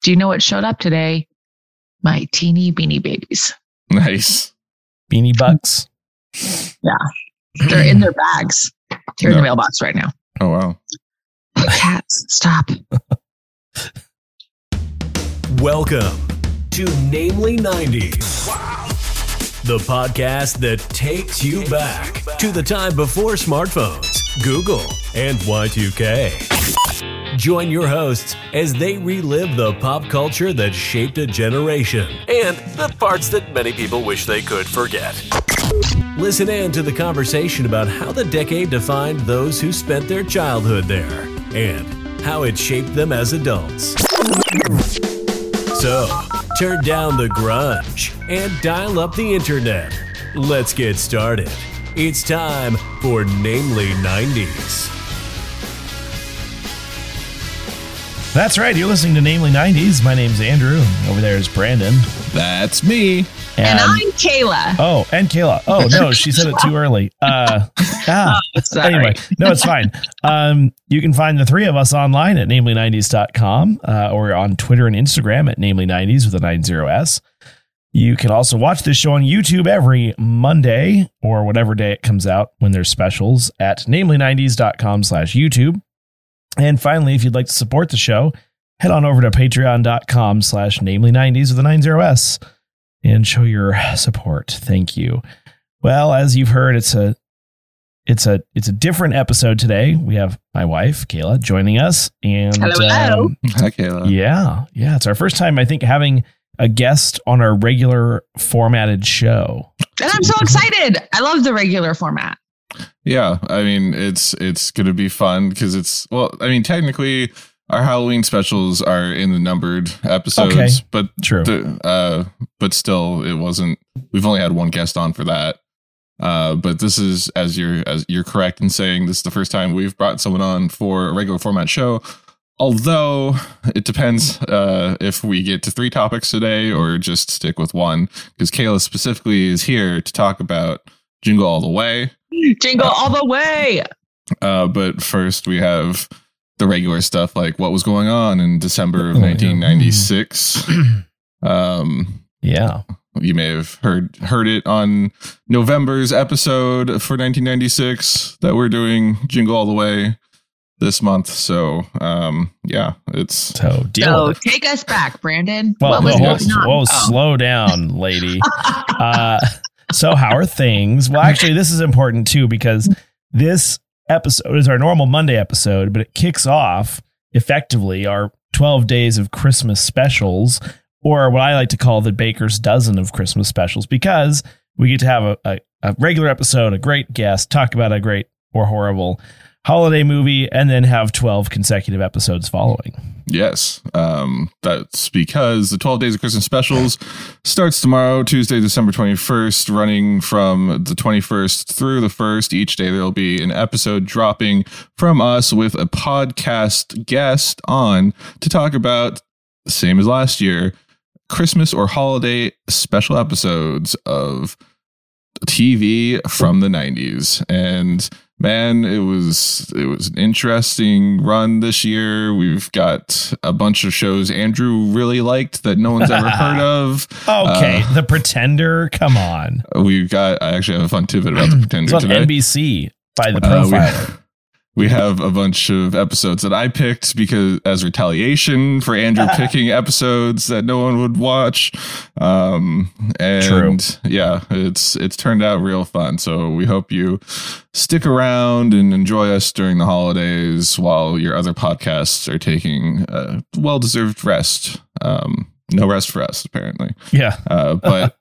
Do you know what showed up today? My teeny beanie babies. Nice. Beanie Bucks. They're in their bags. They're in No. the mailbox right now. Oh wow. Cats, stop. Welcome to Namely 90s. The podcast that takes you back to the time before smartphones, Google, and Y2K. Join your hosts as they relive the pop culture that shaped a generation and the parts that many people wish they could forget. Listen in to the conversation about how the decade defined those who spent their childhood there and how it shaped them as adults. So, turn down the grunge and dial up the internet. Let's get started. It's time for Namely 90s. That's right. You're listening to Namely 90s. My name's Andrew. and Over there is Brandon. That's me. And Um, I'm Kayla. Oh, and Kayla. Oh, no, she said it too early. Uh, ah, Sorry. Anyway, no, it's fine. Um, you can find the three of us online at namely90s.com uh, or on Twitter and Instagram at namely90s with a 90s. You can also watch this show on YouTube every Monday or whatever day it comes out when there's specials at namely90s.com slash YouTube. And finally, if you'd like to support the show, head on over to patreon.com slash namely90s with a 90s and show your support. Thank you. Well, as you've heard, it's a it's a it's a different episode today. We have my wife Kayla joining us, and Hello, hello. um, Hi Kayla. yeah, yeah, it's our first time I think having a guest on our regular formatted show. And I'm so excited. I love the regular format. Yeah, I mean it's it's gonna be fun because it's well, I mean technically our Halloween specials are in the numbered episodes, Okay. but True. the, uh, but still it wasn't. We've only had one guest on for that. Uh, but this is as you're as you're correct in saying this is the first time we've brought someone on for a regular format show. Although it depends uh, if we get to three topics today or just stick with one, because Kayla specifically is here to talk about Jingle All the Way. Jingle all the way. Uh, but first, we have the regular stuff like what was going on in December of Oh, yeah. 1996. um, yeah. you may have heard heard it on November's episode for 1996 that we're doing Jingle All the Way this month. So, um, yeah, it's So deal. So with it. take us back, Brandon. Well, was no, going hold- on? whoa, Oh. slow down, lady. uh, so how are things? Well, actually, this is important too because this episode is our normal Monday episode, but it kicks off effectively our 12 days of Christmas specials, or what I like to call the Baker's Dozen of Christmas specials, because we get to have a, a, a regular episode, a great guest, talk about a great or horrible holiday movie, and then have 12 consecutive episodes following. Yes, um, that's because the 12 Days of Christmas specials starts tomorrow, Tuesday, December 21st, running from the 21st through the 1st. Each day there will be an episode dropping from us with a podcast guest on to talk about, same as last year, Christmas or holiday special episodes of TV from the 90s. And man it was it was an interesting run this year we've got a bunch of shows andrew really liked that no one's ever heard of Uh, Okay, The Pretender, come on. we've got i actually have a fun tidbit about the It's pretender on today NBC by the Uh, we- profiler. we have a bunch of episodes that I picked because as retaliation for Andrew picking episodes that no one would watch. Um, and True. yeah, it's it's turned out real fun. So we hope you stick around and enjoy us during the holidays while your other podcasts are taking a well deserved rest. Um, no rest for us, apparently. yeah. Uh, but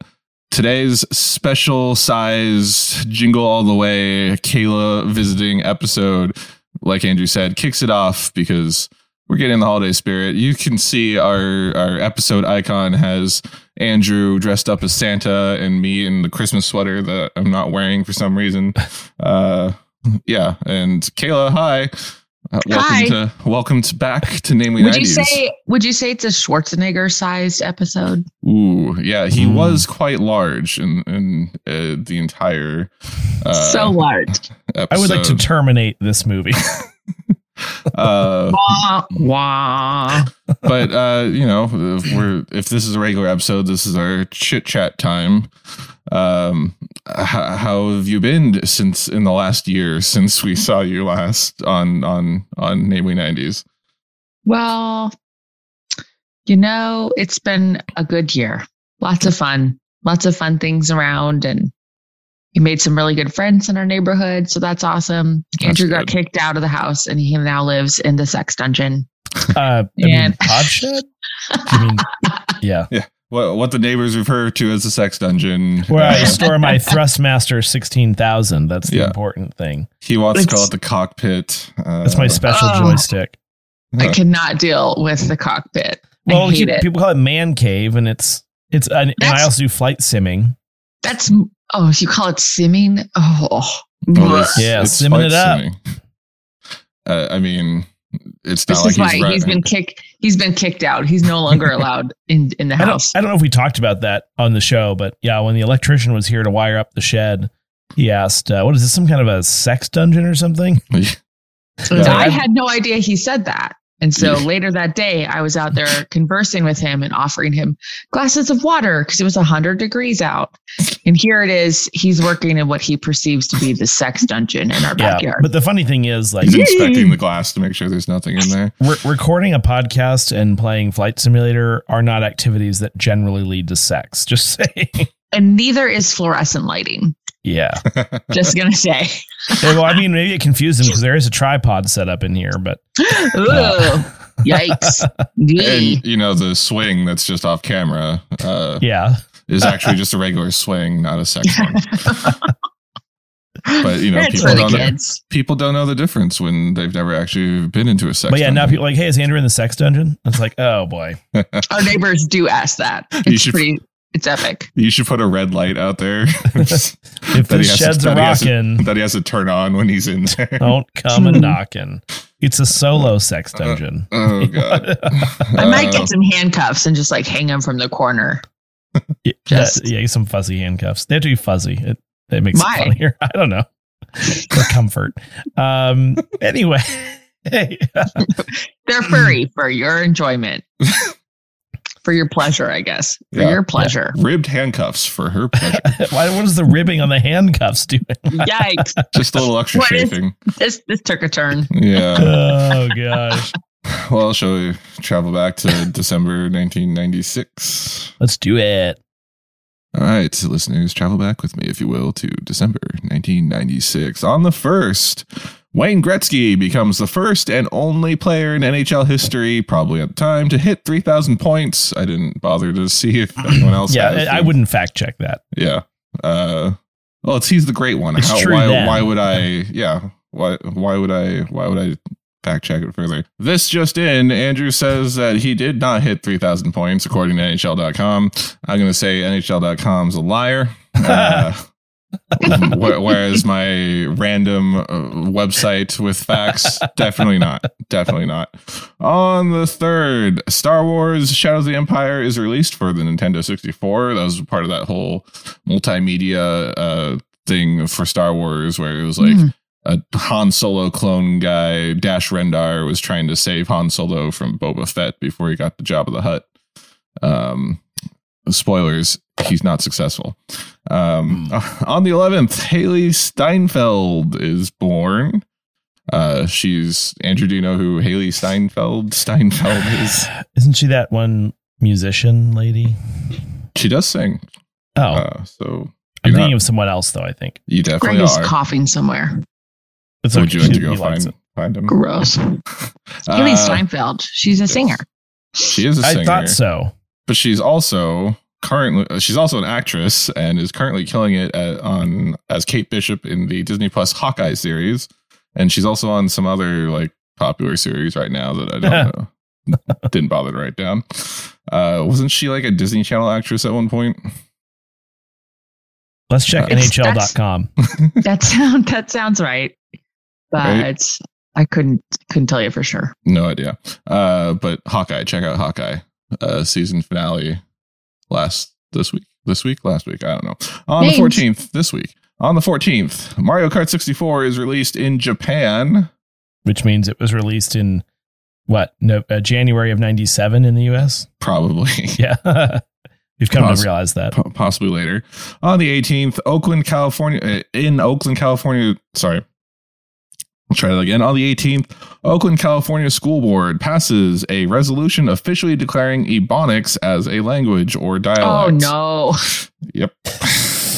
today's special size jingle all the way Kayla visiting episode, like Andrew said, kicks it off because we're getting the holiday spirit. You can see our our episode icon has Andrew dressed up as Santa and me in the Christmas sweater that I'm not wearing for some reason. Uh, yeah, and Kayla, hi. Uh, welcome Hi. to welcome to back to namely Would 90s. you say would you say it's a Schwarzenegger sized episode? Ooh, yeah, he Mm. was quite large in in uh, the entire. Uh, so large. episode. I would like to terminate this movie. Uh, Wah, wah. but uh, you know, if we're if this is a regular episode, this is our chit chat time. Um, h- how have you been since in the last year since we saw you last on on on namely nineties? Well, you know, it's been a good year. Lots of fun, lots of fun things around, and we made some really good friends in our neighborhood. So that's awesome. That's Andrew got good. kicked out of the house, and he now lives in the sex dungeon. Uh, I mean, And- pod shed? I mean, yeah. What what the neighbors refer to as the sex dungeon. Where I Uh, store my Thrustmaster 16,000. That's the Yeah. important thing. he wants to call It's- it the cockpit. Uh, That's my special Oh. joystick. I cannot deal with the cockpit. Well, I hate pe- it. people call it man cave, and it's, it's, and and I That's- also do flight simming. That's oh, you call it simming? Oh, Well, it's- Yeah, it's simming fight it up. simming. Uh, I mean, it's not this like is he's, why he's running. been kicked. He's been kicked out. He's no longer allowed in in the I don't, house. I don't know if we talked about that on the show, but yeah, when the electrician was here to wire up the shed, he asked, uh, "What is this? Some kind of a sex dungeon or something?" So Yeah. I had no idea he said that. And so Yeah. later that day, I was out there conversing with him and offering him glasses of water because it was 100 degrees out. And here it is. He's working in what he perceives to be the sex dungeon in our Yeah, backyard. but the funny thing is, like, He's inspecting the glass to make sure there's nothing in there. re- recording a podcast and playing Flight Simulator are not activities that generally lead to sex. Just saying. and neither is fluorescent lighting. yeah. Just going to say. Yeah, well, I mean, maybe it confused him because there is a tripod set up in here, but Ooh, uh, yikes. Yee. and you know the swing that's just off camera uh, yeah. is actually just a regular swing, not a sex one. But you know, That's people for the don't know, kids. people don't know the difference when they've never actually been into a sex. But yeah, now dungeon. people are like, hey, is Andrew in the sex dungeon? It's like, oh boy. Our neighbors do ask that. You It's should- pretty, it's epic. you should put a red light out there. If That the he has to- shed's Oh a that he has to- rockin', that he has to turn on when he's in there. don't come a knocking. It's a solo sex dungeon. Oh god. I might Uh, get some handcuffs and just like hang him from the corner. uh, Yeah, Just- yeah, some fuzzy handcuffs. They have to be fuzzy. It, that makes Why? it funnier. I don't know. For comfort. Um, anyway. Hey, They're furry for your enjoyment, for your pleasure, I guess. For Yeah. your pleasure. ribbed handcuffs for her pleasure. why, what is the ribbing on the handcuffs doing? Yikes. just a little extra What is- chafing. This this took a turn. Yeah. Oh, gosh. Well, shall we travel back to December 1996? Let's do it. All right, so listeners, travel back with me, if you will, to December 1996. On the first, Wayne Gretzky becomes the first and only player in NHL history, probably at the time, to hit 3,000 points. I didn't bother to see if anyone else. Yeah, has. I I wouldn't fact check that. Yeah. Uh, well, it's he's the great one. It's true why, then. why would I? Yeah. Why? Why would I? Why would I fact check it further? This just in: Andrew says that he did not hit three thousand points, according to NHL.com. I'm going to say NHL.com's a liar. Uh, wh- whereas my random uh, website with facts, definitely not. Definitely not. On the third, Star Wars Shadows of the Empire is released for the Nintendo 64. That was part of that whole multimedia uh, thing for Star Wars where it was like Mm. a Han Solo clone guy, Dash Rendar, was trying to save Han Solo from Boba Fett before he got the job of the Hut. Um, spoilers, he's not successful. Um, Hmm. On the 11th, Haley Steinfeld is born. Uh, she's Andrew. Do you know who Haley Steinfeld Steinfeld is? Isn't she that one musician lady? She does sing. Oh, Uh, so I'm you're thinking not- of someone else though. I think you definitely Greg is are. coughing somewhere. it's So would you like to She- go he likes find find him? Gross. Haley Uh, Steinfeld. She's a yes. singer. She is a it. singer. I thought so. but she's also currently uh, she's also an actress and is currently killing it at, on as Kate Bishop in the Disney Plus Hawkeye series, and she's also on some other like popular series right now that I don't know. Didn't bother to write down. Uh, wasn't she like a Disney Channel actress at one point? Let's check Uh, It's- NHL.com. That sound that sounds right. But Right. I couldn't couldn't tell you for sure. No idea. Uh, but Hawkeye, check out Hawkeye uh, season finale last this week, this week, last week. I don't know. On Thanks. the fourteenth, this week. On the fourteenth, Mario Kart sixty four is released in Japan. which means it was released in what no, uh, January of '97 in the U.S. probably. Yeah, you've come Pause. to realize that. po- possibly later. On the 18th, Oakland, California, uh, in Oakland, California, sorry. I'll try that again. On the 18th, Oakland, California School Board passes a resolution officially declaring Ebonics as a language or Oh dialect. no. Yep.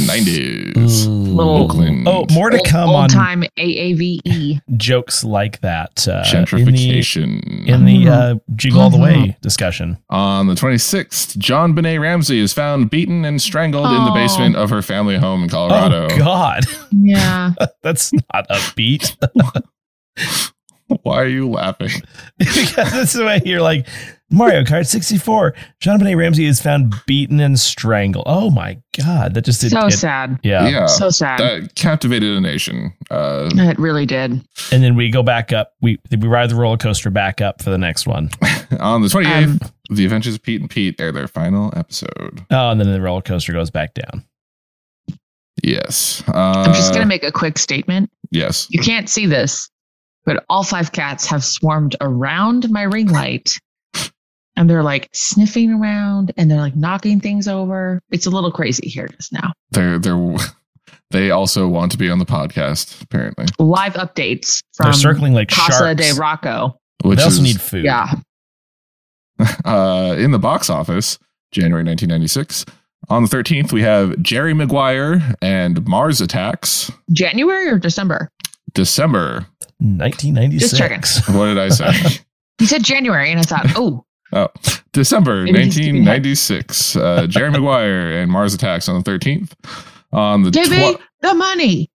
90s. Little- Oakland. Oh, more to come old on time AAVE. jokes like that uh, in the Gentrification. in the Uh-huh. uh, jiggle all the way Mm-hmm. discussion. On the 26th, John Benet Ramsey is found beaten and strangled in the Oh. basement of her family home in Colorado. Oh God, Yeah. that's not upbeat Why are you laughing? because that's the way you're like Mario Kart 64. John Benet Ramsey is found beaten and strangled. Oh my God, that just did So it- sad. Yeah. um, so sad. Uh, that captivated a nation. Uh, it really did. and then we go back up. We we ride the roller coaster back up for the next one. on the 28th, Um, The Adventures of Pete and Pete air their final episode. Oh, and then the roller coaster goes back down. Yes. Uh, I'm just going to make a quick statement. Yes. You can't see this, but all five cats have swarmed around my ring light. And they're like sniffing around and they're like knocking things over. It's a little crazy here just now. They're, they're, they also want to be on the podcast, apparently. Live updates from They're circling like Casa sharks. de Rocco. Which they also is, need food. Yeah. uh, in the box office, January 1996. On the 13th, we have Jerry Maguire and Mars Attacks. January or December? December. 1996. Just checking. What did I say? You said January, and I thought, oh, Oh, December Maybe just keeping 1996. Uh, Jerry Maguire and Mars Attacks on the 13th. On the give me twe- the money.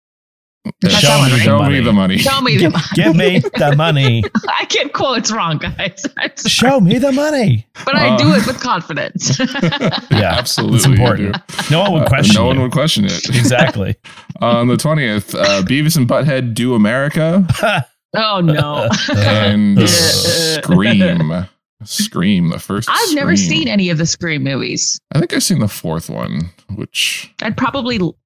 That's Show that one, me right? the Show me the money. Show me the money. Give me the money. I get quotes wrong, guys. I'm sorry. Show me the money. But I Uh, do it with confidence. Yeah, Absolutely. It's important. you No one do. would Uh, question. no one it. would question it. Exactly. on the 20th, uh, Beavis and Butthead do America oh no. and Uh, Scream. Scream, the first. I've never Scream. seen any of the Scream movies. I think I've seen the fourth one, which. I'd probably l-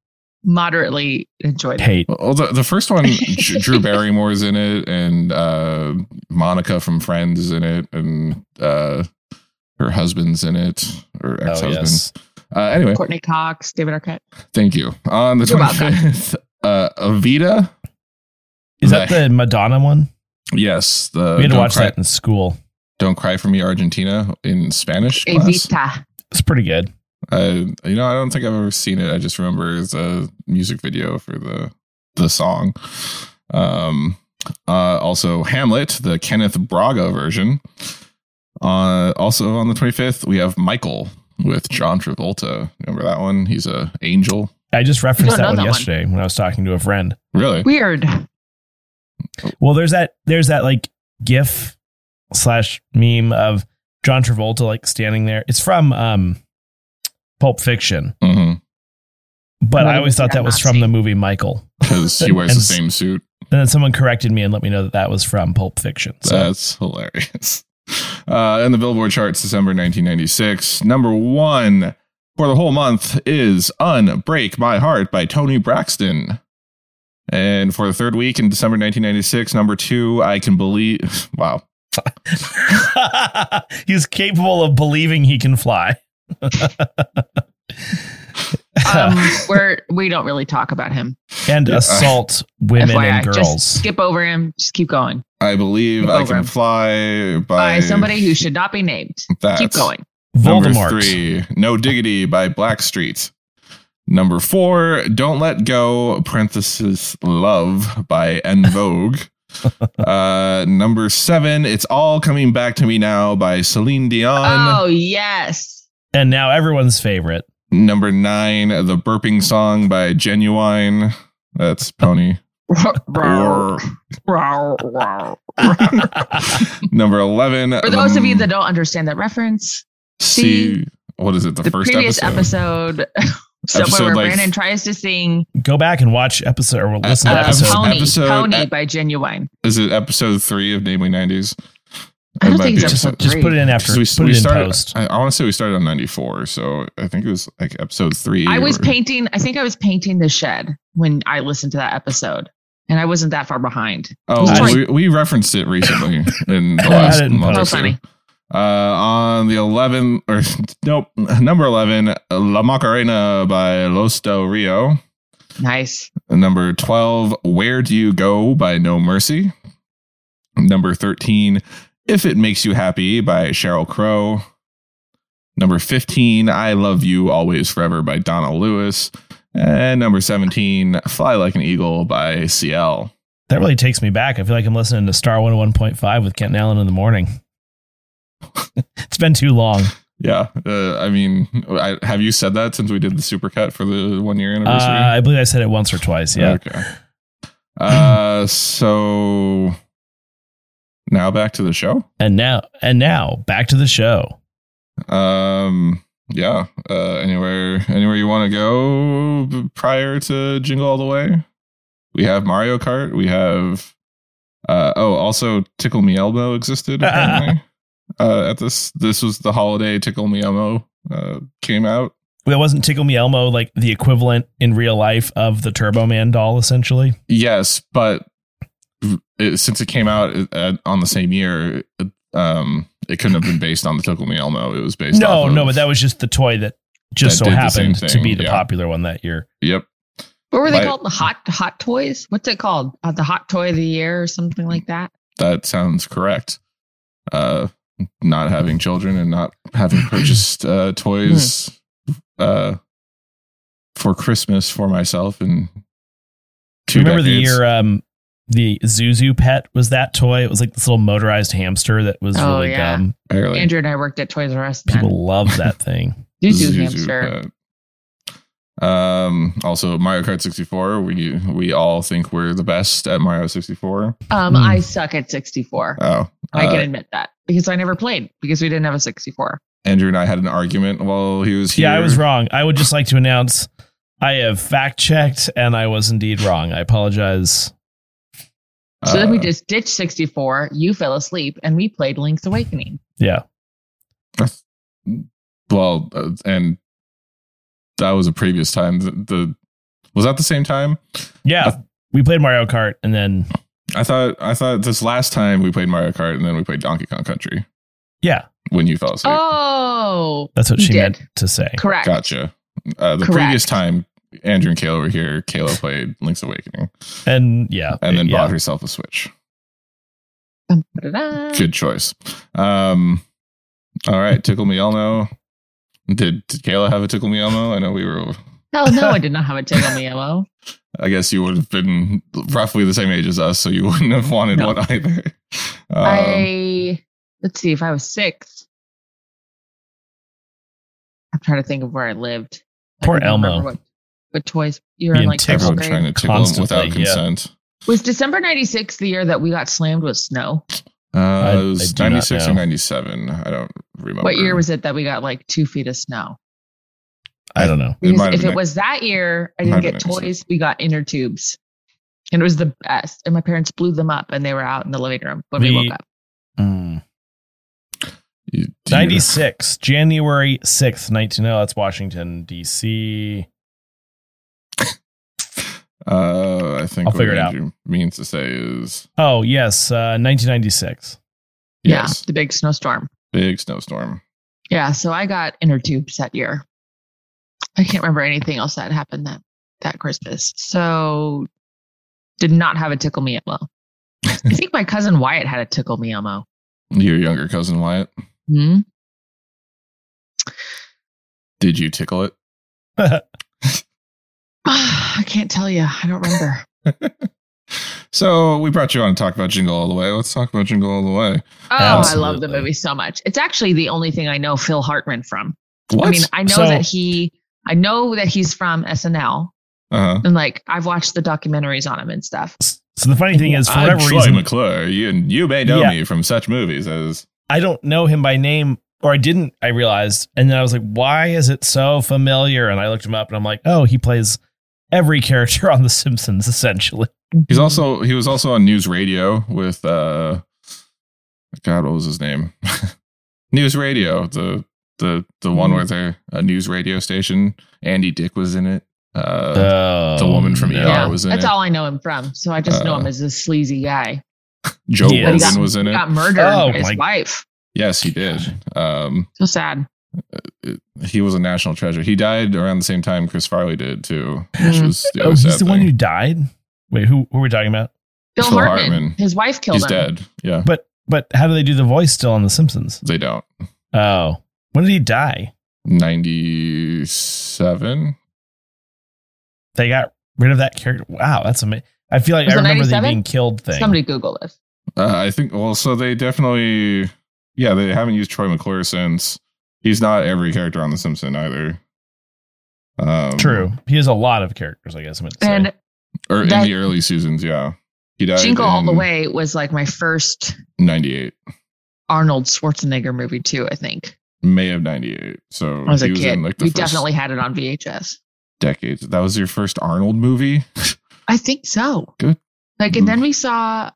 moderately enjoy them. hate. Well, the, the first one, Dr- Drew Barrymore's in it, and uh, Monica from Friends is in it, and uh, her husband's in it, or ex Oh husband. yes. uh, anyway, Courtney Cox, David Arquette. thank you. On the You're welcome. 25th, uh, Avita. Is that the Madonna one? Yes. The, we had to Uh, Don't watch Cry- that in school. Don't Cry for Me Argentina in Spanish. Class. Evita. It's pretty good. Uh, you know, I don't think I've ever seen it. I just remember the music video for the the song. Um, uh, also Hamlet, the Kenneth Braga version. Uh, also on the 25th, we have Michael with John Travolta. Remember that one? He's a angel. I just don't referenced that know one that one. yesterday when I was talking to a friend. Really? Weird. Well, there's that there's that like GIF slash meme of John Travolta like standing there. It's from um Pulp Fiction, Because but What I always movie thought I'm that was not from the seeing? movie Michael. he wears the And- same suit. And then someone corrected me and let me know that that was from Pulp Fiction. So That's hilarious. Uh, in the Billboard charts, December 1996, number one for the whole month is Unbreak My Heart by Tony Braxton. And for the third week in December 1996, number two, I Can Believe. Wow. he's capable of believing he can fly. Um, we're, we don't really talk about him. and yeah. assault women FYI, and girls. just skip over him. Just keep going. I Believe I Can Program. Fly by, By somebody who should not be named. That's Keep going. Number Voldemort. three, No Diggity by Blackstreet. Number four, Don't Let Go, parenthesis, Love by En Vogue. uh, number seven, It's All Coming Back to Me Now by Celine Dion. oh yes. And now everyone's favorite. Number nine, The Burping Song by Genuine. That's Pony. For Or- number 11. For those of you that don't understand that reference, see, what is it, the, the first previous episode? episode, somewhere Episode, where like, Brandon tries to sing Go back and watch episode or listen uh, to Uh, episode. Pony, episode- Pony uh, by Genuine. Is it episode three of Namely 90s? I It don't might think be it's Just, episode just three. put it in after. So we, put we it in started. post. I, I want to say we started on ninety four, so I think it was like episode three. I was or- painting, I think I was painting the shed when I listened to that episode. and I wasn't that far behind. Oh, It's well, we, we referenced it recently in the last didn't month So or post two. funny. Uh, on the 11, or nope, number 11, La Macarena by Los Del Rio. Nice. Number 12, Where Do You Go by No Mercy. Number 13, If It Makes You Happy by Cheryl Crow. Number 15, I Love You Always Forever by Donna Lewis. And number 17, Fly Like an Eagle by CL. That really takes me back. I feel like I'm listening to Star 101.5 with Kent and Allen in the morning. it's been too long. Yeah. Uh, I mean, I, have you said that since we did the supercut for the one year Uh, anniversary? I believe I said it once or twice. Yeah. Okay. Uh, so now back to the show. And now, and now back to the show. Um, yeah. Uh, anywhere, anywhere you want to go b- prior to Jingle All the Way, we have Mario Kart. We have. Uh, oh, also Tickle Me Elmo existed apparently. uh, at this, this was the holiday Tickle Me Elmo uh, came out. That wasn't Tickle Me Elmo like the equivalent in real life of the Turbo Man doll, essentially. Yes, but it, since it came out uh on the same year, it, um, it couldn't have been based on the Tickle Me Elmo. It was based. no, off of- no, but that was just the toy that just That so did the same happened to thing, be the yeah. popular one that year. Yep. What were they My- called? The hot hot toys? What's it called? Uh, the hot toy of the year or something like that? that sounds correct. Uh, not having children and not having purchased uh, toys Hmm. uh, for Christmas for myself and Do you remember the year um, the Zuzu pet was that toy? It was like this little motorized hamster that was Oh, really yeah. dumb. Barely. Andrew and I worked at Toys R Us then. People loved that thing. Zuzu Zuzu hamster. pet. Um, also Mario Kart 64. We we all think we're the best at Mario 64. Um, Mm. I suck at 64. Oh, I Hmm. uh, can admit that because I never played because we didn't have a 64. Andrew and I had an argument while he was here. Yeah, I was wrong. I would just like to announce I have fact checked and I was indeed wrong. I apologize. So then we Uh, just ditched 64. You fell asleep and we played Link's Awakening. Yeah. well uh, and that was a previous time the, the was that the same time Uh, Yeah. We played Mario Kart and then i thought i thought this last time we played mario kart and then we played donkey kong country yeah, when you fell asleep Oh, that's what We she did. meant to say. correct. gotcha uh, the Correct. previous time andrew and kayla were here kayla played link's awakening And yeah. and then yeah. bought herself a switch Dun, da-da-da. good choice um all right tickle me elmo did, did kayla have a tickle me elmo i know we were Hell no, I did not have a tickle me elmo. I guess you would have been roughly the same age as us, so you wouldn't have wanted No. one either. Um, I let's see if I was six. I'm trying to think of where I lived. I Poor couldn't remember Elmo. What, what toys you were in Being like tickled first everyone grade. trying to tickle him Constantly, without yeah. consent. Was December '96 the year that we got slammed with snow? Uh, it I was do not 96 or know. 97. I don't remember. What year was it that we got like two feet of snow? I don't know. It Because might have if been- it was that year, I might didn't have get been toys. We got inner tubes, and it was the best. And my parents blew them up, and they were out in the living room when we The- woke up. Mm. You- do you- 96, January 6th, 19. No, that's Washington, D.C. Uh, I think I'll what figure it out. Andrew means to say is Oh, yes, uh, 1996. Yeah, yes, the big snowstorm. big snowstorm. Yeah, so I got inner tubes that year. I can't remember anything else that happened that that Christmas. So did not have a tickle me elmo. I think my cousin Wyatt had a tickle me elmo. Your younger cousin Wyatt, Hmm? did you tickle it? I can't tell you. I don't remember. So we brought you on to talk about Jingle All the Way. Let's talk about Jingle All the Way. Oh, I love the Absolutely. movie so much. It's actually the only thing I know Phil Hartman from. What? I mean, I know So- that he I know that he's from SNL uh-huh. and like I've watched the documentaries on him and stuff. So the funny thing is, for I'm whatever Troy reason, McClure. You, you may know Yeah. me from such movies as I don't know him by name, or I didn't. I realized, and then I was like, "Why is it so familiar?" And I looked him up, and I'm like, "Oh, he plays every character on The Simpsons, essentially." He's Mm-hmm. also he was also on news radio with uh God, what was his name? news Mm-hmm. uh, radio, the the the one where they're a news radio station. Andy Dick was in it. Uh, Oh, the woman from ER Yeah, was in that's it. all I know him from. So I just know him Uh, as a sleazy guy. Joe Yes. Rogan Got- was in it. Got murdered Oh, by his my- wife. Yes, he did. Um, So sad. he was a national treasure. He died around the same time Chris Farley did too, which Mm. was the other Oh, he's the sad one thing. who died. Wait, who who are we talking about? Bill, Phil Hartman. Hartman. His wife killed he's him. dead. Yeah, But but how do they do the voice still on The Simpsons? they don't. Oh, when did he die? Ninety-seven. They got rid of that character. Wow, that's amazing. I feel like Was I it remember the 97? being killed thing. Somebody Google this. Uh, I think. Well, so they definitely. Yeah, they haven't used Troy McClure since. He's not every character on The Simpson either. Um, True, he has a lot of characters. I guess I meant to say. And Or in That- the early seasons, yeah. He died Jingle All the in Way was like my first 98, Arnold Schwarzenegger movie too. I think May of 98. So when I was he a was kid. in like the we first definitely had it on VHS. decades. That was your first Arnold movie? I think so. Good. Mm. Like, and then we saw.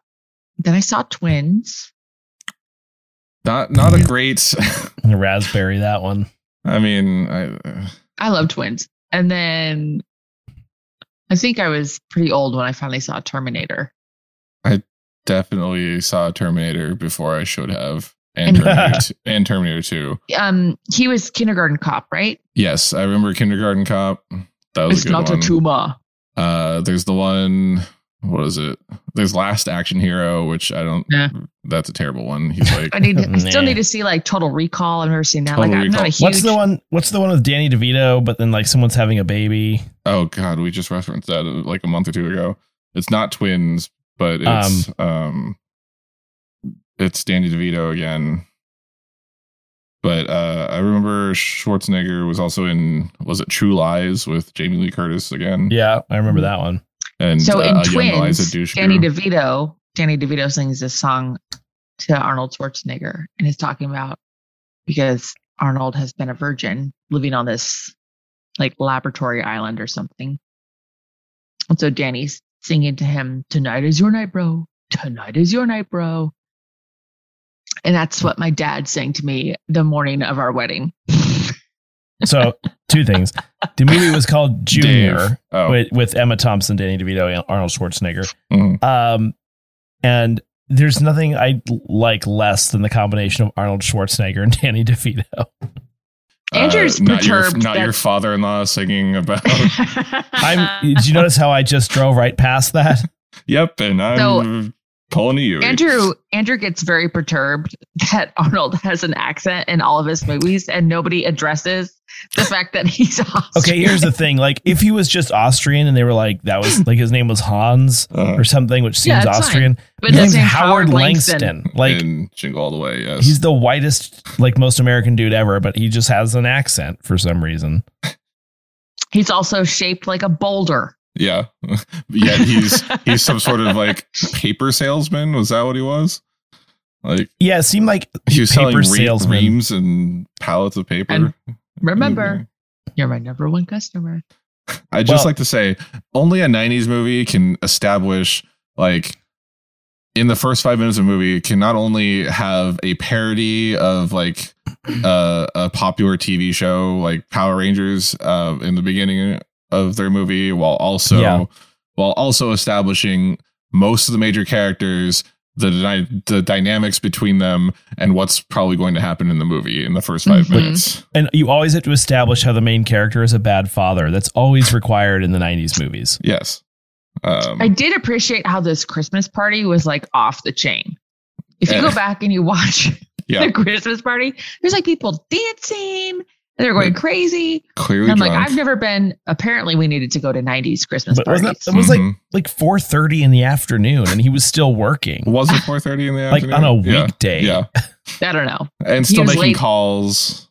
Then I saw Twins. Not not a great And the raspberry, that one. I mean, I I love Twins. And then I think I was pretty old when I finally saw Terminator. definitely saw Terminator before I should have. And And- Terminator, 2, and Terminator 2. Um, he was kindergarten cop, right? Yes, I remember Kindergarten Cop. That was it's a good not one. a tumor. Uh, there's the one. What is it? There's Last Action Hero, which I don't. Yeah. That's a terrible one. He's like, I need. I still Nah. need to see like Total Recall. I've never seen that. Total like I'm not Recall. a huge. What's the one? What's the one with Danny DeVito? But then like someone's having a baby. oh god, we just referenced that uh, like a month or two ago. It's not twins, but it's um, it's Danny DeVito again. But uh, I remember Schwarzenegger was also in was it True Lies with Jamie Lee Curtis again? Yeah, I remember that one. and So uh, in a young Eliza Twins, Dushku. Danny DeVito, Danny DeVito sings this song to Arnold Schwarzenegger, and he's talking about because Arnold has been a virgin living on this like laboratory island or something, and so Danny's singing to him, "Tonight is your night, bro. Tonight is your night, bro." And that's what my dad sang to me the morning of our wedding. So two things. The movie was called Dave. Junior Oh, with, with Emma Thompson, Danny DeVito, and Arnold Schwarzenegger. mhm. Um, and there's nothing I like less than the combination of Arnold Schwarzenegger and Danny DeVito. Andrew's Uh, not your, perturbed not that- your father-in-law singing about I'm. did you notice how I just drove right past that? Yep, and Um, I'm pulling a you. Andrew Andrew gets very perturbed that Arnold has an accent in all of his movies and nobody addresses the fact that he's Austrian. Okay, here's the thing. Like, if he was just Austrian and they were like that was like his name was Hans Uh, or something, which Yeah, seems it's fine. Austrian. But His his name's name's Howard Langston. Like in Jingle All the Way, yes. he's the whitest, like most American dude ever, but he just has an accent for some reason. He's also shaped like a boulder. yeah. Yet he's he's some sort of like paper salesman. Was that what he was? Like Yeah, it seemed like he was Paper selling re- salesman. reams and pallets of paper. Mm-hmm. And Mm-hmm. Remember, you're my number one customer. I just Well- like to say only a 90s movie can establish like in the first 5 minutes of a movie can not only have a parody of like uh, a popular TV show like Power Rangers uh, in the beginning of their movie while also Yeah. while also establishing most of the major characters the dy- the dynamics between them and what's probably going to happen in the movie in the first Mhm. 5 Mm-hmm. minutes. and you always have to establish how the main character is a bad father. That's always required in the nineties movies. Yes. Um, I did appreciate how this Christmas party was like off the chain. If you Yeah. go back and you watch Yeah. the Christmas party, there's like people dancing. and They're going Like, crazy. clearly And I'm like, drunk. I've never been. Apparently, we needed to go to 90s Christmas But parties. wasn't it was like Mhm. like four thirty in the afternoon and he was still working. Was it four thirty in the Like afternoon? on a Yeah. weekday. Yeah, I don't know. and still was making late. calls.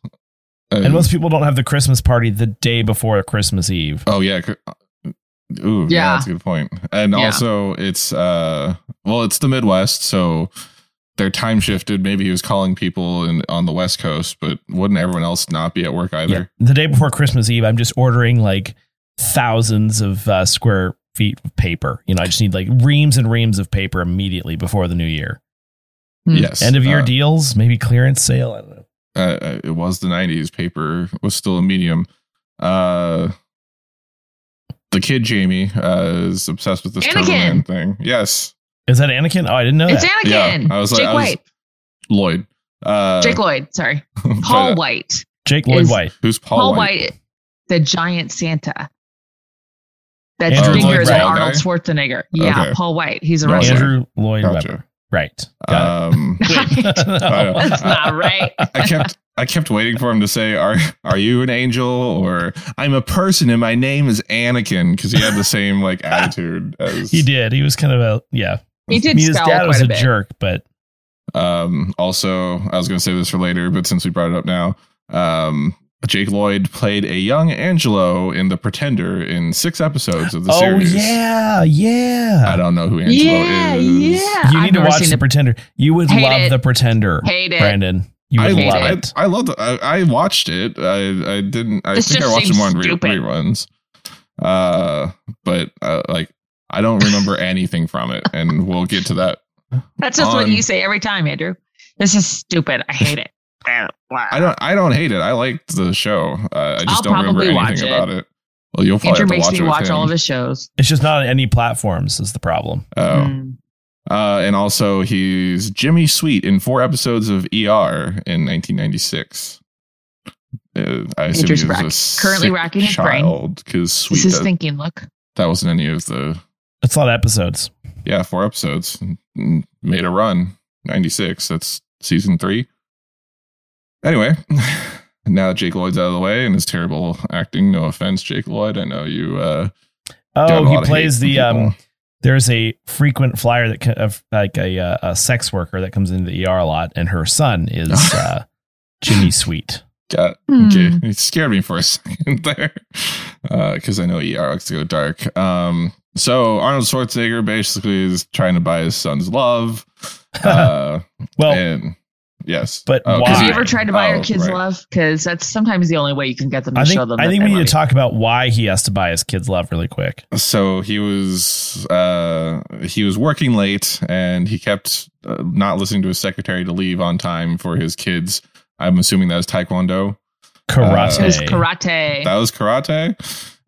And, And most people don't have the Christmas party the day before Christmas Eve. oh yeah, cr- ooh yeah. Yeah. that's a good point. And Yeah. also, it's uh, well, it's the Midwest, so they're time shifted. Maybe he was calling people in, on the West Coast, but wouldn't everyone else not be at work either? The day before Christmas Eve, I'm just ordering like thousands of uh, square feet of paper. You know, I just need like reams and reams of paper immediately before the new year. Hmm. Yes, End of year Uh, deals, maybe clearance sale. I don't know. uh, uh, it was the '90s. Paper was still a medium. Uh, the kid Jamie uh, is obsessed with this Anakin. Turbo Man thing. Yes, Is that Anakin? Oh, I didn't know It's that. Anakin. Yeah, I was like- Jake I was- White. Lloyd. Uh, Jake Lloyd. Sorry. but, Paul uh, White. Jake Lloyd Is- White. Who's Paul, Paul White? White. the giant Santa. That's Andrew bigger Lloyd than Webber. Arnold Schwarzenegger. Yeah, Okay. Paul White. He's a No, wrestler. Andrew Lloyd Webber. Oh, Gotcha. Right. Got Um, Right. it. I don't- That's not right. I kept I kept waiting for him to say, "Are are you an angel?" or "I'm a person and my name is Anakin," because he had the same like attitude as he did. He was kind of a yeah. He I did mean, his spell dad quite was a a bit. jerk, but Um, also, I was going to say this for later, but since we brought it up now, um, Jake Lloyd played a young Angelo in The Pretender in six episodes of the oh series. yeah, I yeah. don't know who Angelo Yeah, is. yeah. You I've need to never watch seen the it. Pretender. You would Hate love it. the Pretender, Hate it. Brandon. You I would hate love loved, it. I, I loved. I, I watched it. I I didn't. I This think I just watched it seems more on re- stupid. reruns. Uh, but uh, like I don't remember anything from it, and we'll get to that. That's just what on- you say every time, Andrew. This is stupid. I hate it. I don't. I don't hate it. I liked the show. Uh, I just I'll don't remember probably watch anything it. about it. Well, you'll probably Andrew have to makes watch it me with watch him. all of his shows. It's just not on any platforms is the problem. Oh. Mm. Uh, and also, he's Jimmy Sweet in four episodes of ER in 1996. Uh, I assume Andrew's he rack- was a currently sick racking his brain. child because Sweet This is that, thinking. Look, that wasn't any of the It's a lot of episodes. yeah four episodes Mm, made a run 96. That's season three. Anyway, now that Jake Lloyd's out of the way and his terrible acting, no offense, Jake Lloyd. I know you. Uh, got a Oh, lot he of hate plays from the um. people. There's a frequent flyer that co- of like a uh, a sex worker that comes into the ER a lot, and her son is uh, Jimmy Sweet. got Okay, Hmm. it scared me for a second there because I know ER likes to go dark. Um, so Arnold Schwarzenegger basically is trying to buy his son's love. Uh, Well, and yes, but Oh, 'cause have why? you ever tried to buy Oh, your kids right. love? Because that's sometimes the only way you can get them to I think show them. I that think they we need love to talk about why he has to buy his kids love really quick. so he was uh, he was working late and he kept uh, not listening to his secretary to leave on time for his kids. I'm assuming that was taekwondo. Karate. you. It was karate. That was karate.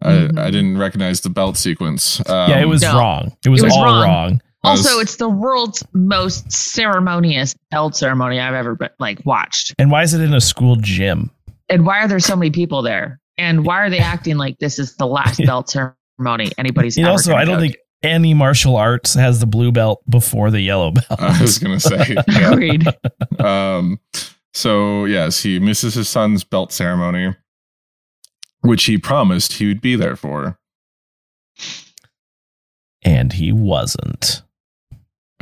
Mhm. I, I didn't recognize the belt sequence. Um, Mm-hmm. yeah, it was No. wrong. It was, It was all wrong. wrong. I also, was- it's the world's most ceremonious belt ceremony I've ever been, like watched. And why is it in a school gym? and why are there so many people there? And why are they acting like this is the last belt ceremony anybody's And ever also, gonna I don't go think any martial arts has the blue belt before the yellow belt. I was gonna say. to? yeah. agreed. um so yes he misses his son's belt ceremony which he promised he would be there for and he wasn't.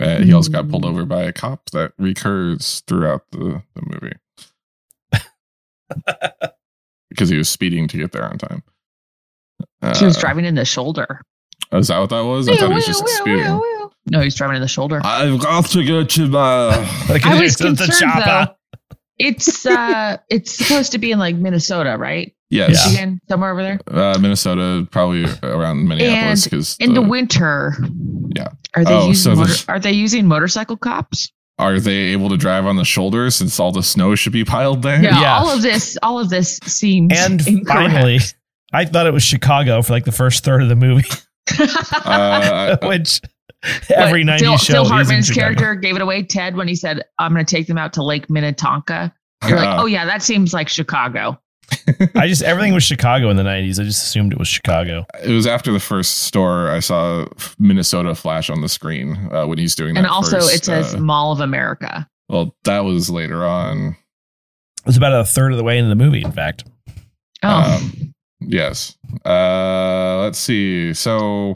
uh, he also got pulled over by a cop that recurs throughout the, the movie because he was speeding to get there on time uh, She was driving in the shoulder. is that what that was i thought he was just speeding No, he's driving in the shoulder. i've got to go to my Like I was it's the concerned, chopper. It's uh, it's supposed to be in like Minnesota, right? yes Michigan, somewhere over there. uh, minnesota probably around minneapolis because In the winter. Yeah. Are they Oh, using so motor- the- Are they using motorcycle cops? are they able to drive on the shoulder since all the snow should be piled there? Yeah, Yeah. All of this. All of this seems And incorrect. finally, I thought it was Chicago for like the first third of the movie, Uh, which every But '90s Phil, show. Phil is in Hartman's Chicago. character gave it away, Ted, when he said, "I'm going to take them out to Lake Minnetonka." You're like, "Oh yeah, that seems like Chicago." I just everything was Chicago in the '90s. I just assumed it was Chicago. it was after the first store I saw Minnesota flash on the screen uh, when he's doing that. And also, first, it says uh, Mall of America. well, that was later on. It was about a third of the way into the movie, in fact. Oh, Um, yes. Uh, let's see. So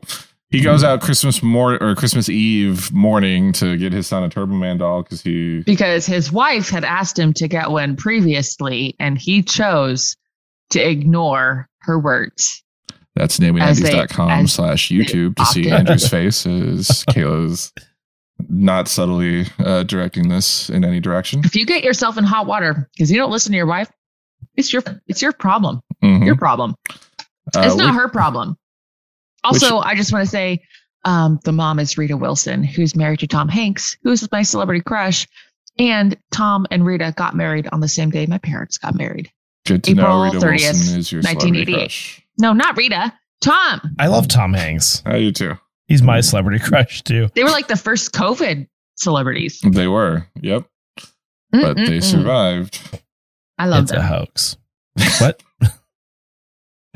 he goes out Christmas mor- or Christmas Eve morning to get his son a Turbo Man doll because he because his wife had asked him to get one previously, and he chose to ignore her words. That's As they- naming90s.com as slash YouTube to see opted. Andrew's face as Kayla's not subtly uh, directing this in any direction. If you get yourself in hot water because you don't listen to your wife, it's your it's your problem. Mhm. Your problem. Uh, it's not which- her problem. Also, I just want to say um, the mom is Rita Wilson, who's married to Tom Hanks, who is my celebrity crush. And Tom and Rita got married on the same day my parents got married. good to know April Rita 30th, Wilson is your celebrity 1988. crush. No, not Rita. Tom. I love Tom Hanks. I do too. He's Mm. my celebrity crush too. They were like the first COVID celebrities. They were. Yep. But they Mm-mm-mm. survived. I love it's a them. hoax. What?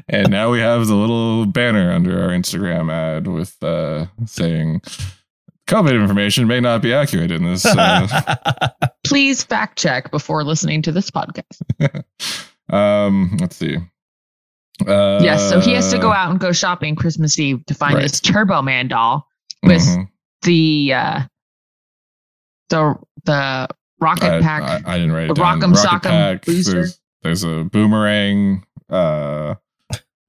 And now we have the little banner under our Instagram ad with uh, saying COVID information may not be accurate in this. Uh, Please fact check before listening to this podcast. um, let's see. Uh, yes. So he has to go out and go shopping Christmas Eve to find Right. this Turbo Man doll with Mhm. the uh the the rocket Uh, I, pack. I, I didn't write The it down. Rock'em Sock'em Booster. There's, there's a boomerang. Uh,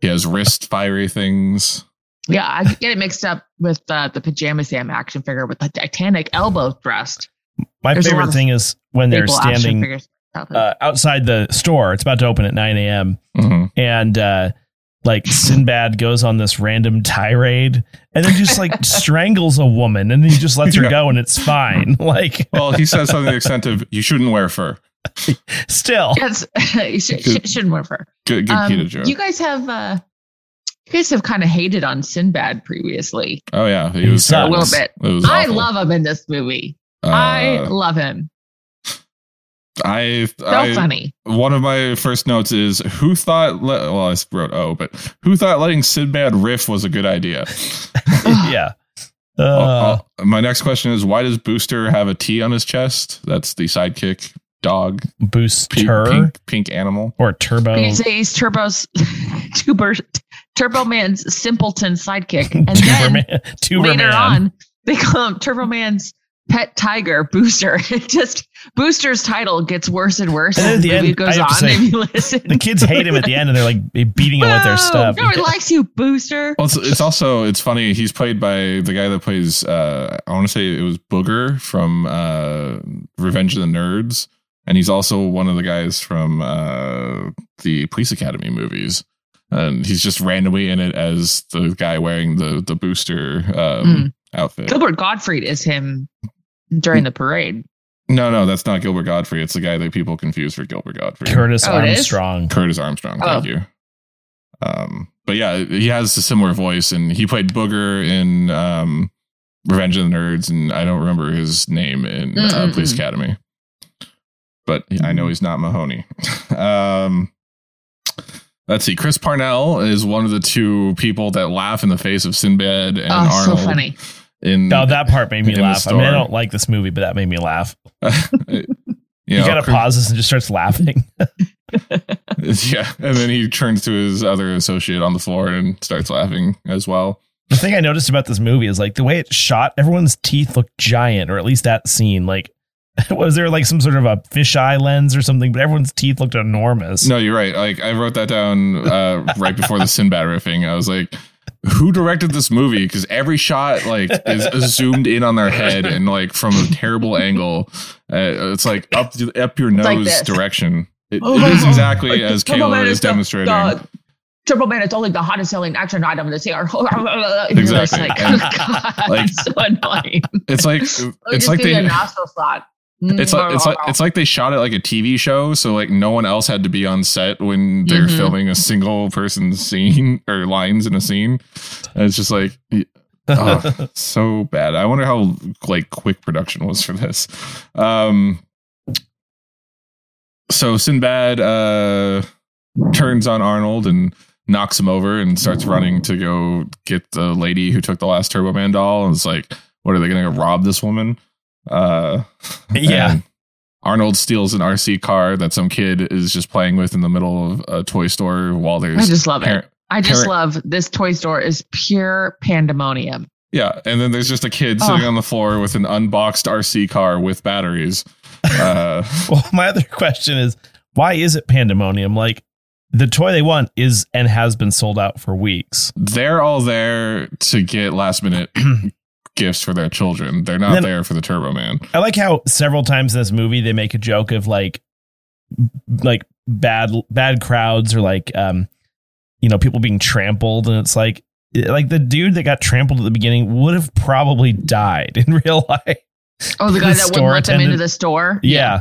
he has wrist fiery things. yeah, I get it mixed up with uh, the pajama Sam action figure with the Titanic elbow thrust. my There's a lot favorite of thing is when they're Staple action standing figures. Oh, uh, outside the store. It's about to open at 9 a.m. Mhm. and uh like Sinbad goes on this random tirade and then just like strangles a woman and then he just lets her Yeah. go and it's fine. Like Well, he says something to the extent of "You shouldn't wear fur." still. Yes, you should, Good. should, shouldn't wear fur. Good, good Um, keto joke. you guys have uh, you guys have kind of hated on Sinbad previously. oh yeah, he, He was sucks. A little terrible. bit. It was I awful. love him in this movie. Uh, I love him. I, So I- funny. One of my first notes is who thought. Le- well, I wrote oh, but who thought letting Sinbad riff was a good idea? yeah. Oh, Uh, Uh, my next question is why does Booster have a T on his chest? That's the sidekick dog, pink, booster pink, pink animal. or turbo. He's, he's Turbo's tuber, Turbo Man's simpleton sidekick, and tuber then man, tuber later man. on they call him Turbo Man's pet tiger Booster. It just Booster's title gets worse and worse And then as the movie at the end, I goes have on. to say, if you listen, The kids hate him at the end and they're like beating him with their Whoa, stuff. No one likes you, Booster. Well, it's, it's also it's funny. He's played by the guy that plays. Uh, I want to say it was Booger from uh, Revenge of the Nerds, and he's also one of the guys from uh, the Police Academy movies. And he's just randomly in it as the guy wearing the the Booster um, outfit. Gilbert Gottfried is him during the parade. No, no, that's not Gilbert Godfrey. It's the guy that people confuse for Gilbert Godfrey. Curtis Oh, it is? Armstrong. Curtis Armstrong. Oh. Thank you. Um, but yeah, he has a similar voice, and he played Booger in um, Revenge of the Nerds, and I don't remember his name in uh, Mm-mm-mm. Police Academy. But I know he's not Mahoney. um, let's see. Chris Parnell is one of the two people that laugh in the face of Sinbad and oh, Arnold. so funny. In No, that part made me In the laugh. I mean, I store. don't like this movie, but that made me laugh. you, You, know, gotta Chris- pause this and just starts laughing. Yeah, and then he turns to his other associate on the floor and starts laughing as well. The thing I noticed about this movie is like the way it's shot, everyone's teeth look giant, or at least that scene. Like, was there like some sort of a fisheye lens or something? But everyone's teeth looked enormous. No, you're right. Like I wrote that down uh, right before the Sinbad riffing. I was like, "Who directed this movie?" Because every shot like is, is zoomed in on their head and like from a terrible angle. Uh, it's like up up your like nose this. Oh direction. It, it is exactly as Kayla is demonstrating. Triple Man is only the hottest selling action item this year. And you're just Exactly. Like, And- oh, God, like- it's so annoying. It's like Let me it's just like give you they a nostril slot. Mm, it's like it's like it's like they shot it like a TV show, so like no one else had to be on set when they're Mhm. filming a single person's scene or lines in a scene. And it's just like oh, so bad. I wonder how like quick production was for this. Um, so Sinbad uh, turns on Arnold and knocks him over and starts running to go get the lady who took the last Turbo Man doll. And it's like, what are they going to rob this woman? Uh, Yeah. and Arnold steals an RC car that some kid is just playing with in the middle of a toy store while I there's just love parent- it. I just parent- love this toy store is pure pandemonium. Yeah, and then there's just a kid Oh. sitting on the floor with an unboxed RC car with batteries. Uh, Well, my other question is, why is it pandemonium? Like, the toy they want is and has been sold out for weeks. they're all there to get last minute gifts for their children. They're not Then- there for the Turbo Man. I like how several times in this movie they make a joke of like, like bad bad crowds or like, um, you know, people being trampled, and it's like, like the dude that got trampled at the beginning would have probably died in real life. Oh, the guy The that store wouldn't let them attendant. into the store. Yeah,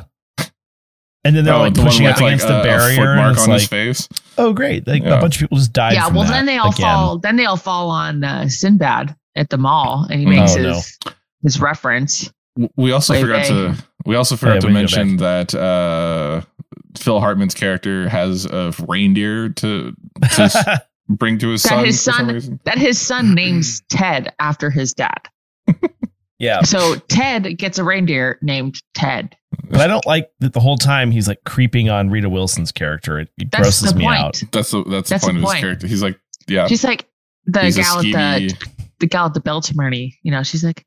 And then they're Oh, like the one pushing with, up against a- the a barrier. foot and mark it's on his like, face. oh great, like Yeah. a bunch of people just died. yeah, from well, that then they all again. fall. Then they all fall on uh, Sinbad at the mall, and he makes Oh, no. his his reference. W- We also Way forgot back. to we also yeah, forgot to we can go mention that uh, Phil Hartman's character has a reindeer to to bring to his That son. his for some son- reason. That his son names Ted after his dad. yeah, So Ted gets a reindeer named Ted. but I don't like that the whole time he's like creeping on Rita Wilson's character. It, it That's grosses the me point. out. That's the that's, That's the point the of his point. character. He's like, yeah, She's like the he's a gal at the skeevy- the gal at the Beltramerne. You know, she's like,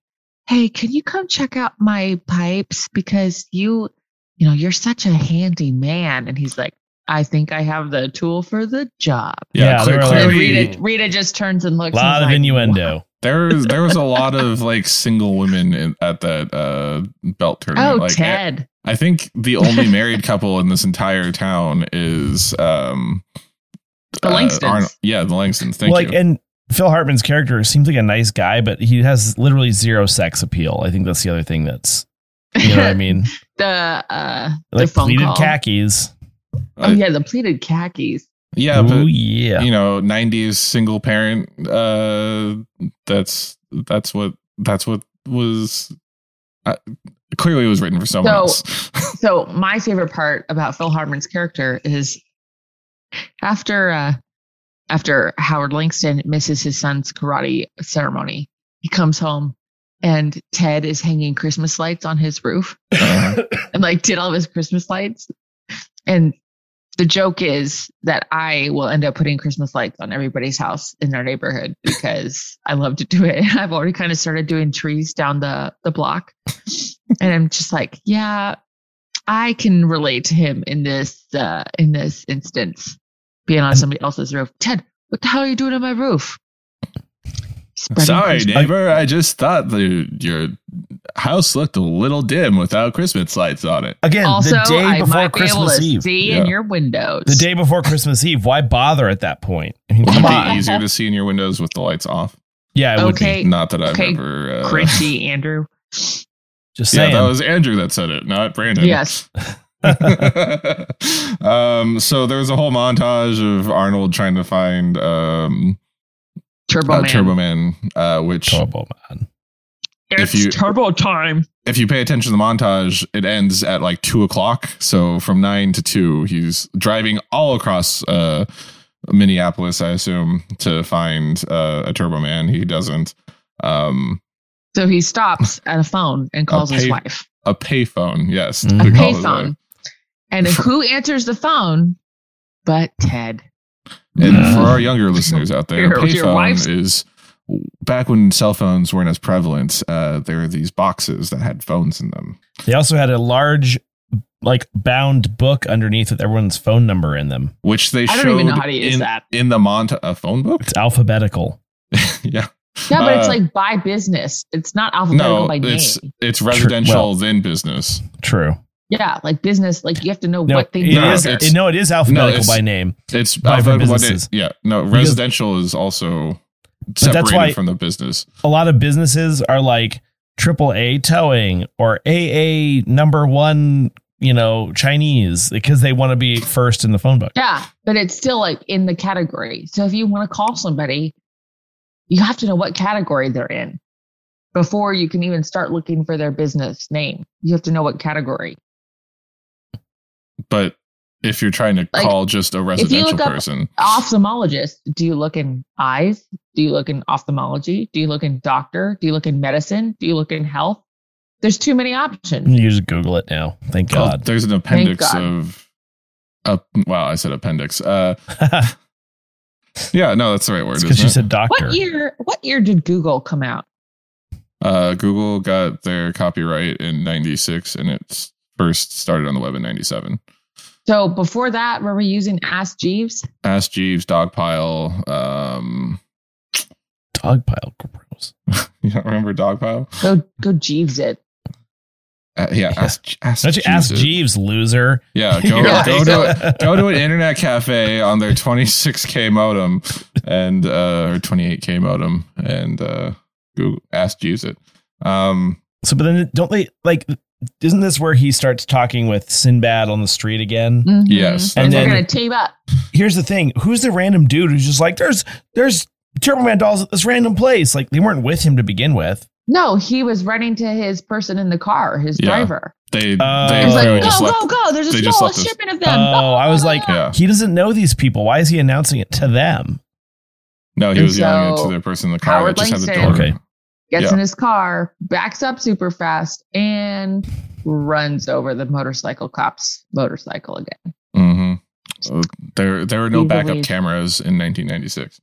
"Hey, can you come check out my pipes because you, you know, you're such a handy man." And he's like, "I think I have the tool for the job." Yeah, yeah. they cle- were like- And then clearly, Rita, Rita just turns and looks. A lot and of is like, innuendo. There was there was a lot of like single women in, at that uh, belt tournament. Oh, like, I, Ted. I think the only married couple in this entire town is um, The Langstons. yeah, the Langstons. Thank like, you. and Phil Hartman's character seems like a nice guy, but he has literally zero sex appeal. I think that's the other thing that's you know what I mean. the uh, Like the phone pleated call. khakis. Oh yeah, the pleated khakis. yeah, Ooh, but oh, yeah. you know, '90s single parent. Uh, that's that's what that's what was. Uh, clearly, it was written for someone So- else. So my favorite part about Phil Hartman's character is after uh, after Howard Langston misses his son's karate ceremony, he comes home and Ted is hanging Christmas lights on his roof and like did all of his Christmas lights. And the joke is that I will end up putting Christmas lights on everybody's house in our neighborhood because I love to do it. I've already kind of started doing trees down the the block. and I'm just like, yeah, I can relate to him in this uh in this instance, being on somebody else's roof. Ted, what the hell are you doing on my roof? Spreading Sorry, Christmas- neighbor. I just thought the, your house looked a little dim without Christmas lights on it. Again, Also, the day I before might be able Christmas to Eve. see Yeah. in your windows. The day before Christmas Eve. Why bother at that point? I mean, Would come it on. be easier to see in your windows with the lights off? Yeah, it would be. Okay. Not that I've Okay, ever. Uh, Cringy, Andrew. Just yeah, saying. that was Andrew that said it, not Brandon. Yes. um, so there was a whole montage of Arnold trying to find um, Turbo uh, Man. Turbo Man, uh, which Trouble, man. If you- turbo time. if you pay attention to the montage, it ends at like two o'clock. So from nine to two, he's driving all across uh, Minneapolis, I assume, to find uh, a Turbo Man. He doesn't. Um, So he stops at a phone and calls his pay- wife. a payphone, yes, Mhm. A to call his wife. payphone. And who answers the phone but Ted? And Yeah. for our younger listeners out there, Your- your wife's- payphone is back when cell phones weren't as prevalent. Uh, there were these boxes that had phones in them. They also had a large, like, bound book underneath with everyone's phone number in them. Which they I showed don't even know how to use in, that. in the monta a phone book. It's alphabetical. yeah, Yeah, but it's Uh, like by business. It's not alphabetical no, by name. it's it's residential well- then business. True. yeah, like business, like you have to know No, what things it are. is- No, it- no, it is alphabetical it's- by name. It's By alphabetical by businesses. name. Yeah, no, Because- residential is also that's separated why- from the business. A lot of businesses are like AAA towing or AA number one, you know, Chinese because they want to be first in the phone book. yeah, but it's still like in the category. So if you want to call somebody, you have to know what category they're in before you can even start looking for their business name. You have to know what category. But if you're trying to Like, call just a residential look up- person, ophthalmologist, do you look in eyes? Do you look in ophthalmology? Do you look in doctor? Do you look in medicine? Do you look in health? There's too many options. You just Google it now. Thank well, God. there's an appendix God. of. Uh, wow, I said appendix. Uh, yeah, no, that's the right word. because isn't you it? said doctor. What year? What year did Google come out? uh, Google got their copyright in '96, and it first started on the web in '97. So before that, were we using Ask Jeeves? Ask Jeeves, Dogpile. Um, Dogpile. Gross. you don't remember Dogpile? Go go Jeeves it. Uh, yeah, Yeah. Ask, ask, Don't you ask it. Jeeves, loser. Yeah, go, You're like- go to go to an internet cafe on their 26k modem and uh, or 28k modem and uh, Google ask to use it. Um, So, but then don't they like isn't this where he starts talking with Sinbad on the street again? Mhm. Yes. And, And we're then- gonna team up. Here's the thing: who's the random dude who's just like, there's there's Turbo Man dolls at this random place? Like they weren't with him to begin with. No, he was running to his person in the car, his Yeah. driver. They Uh, they He was Oh, like, really go, just go, left. go. There's they a just small left us- shipment of Oh, them. I was like, Yeah. he doesn't know these people. Why is he announcing it to them? No, he And was yelling it so to the person in the car Howard that just had the door. Langston- Okay. gets Yeah. in his car, backs up super fast, and runs over the motorcycle cop's motorcycle again. hmm Uh, there there were no You backup believe- cameras in 1996.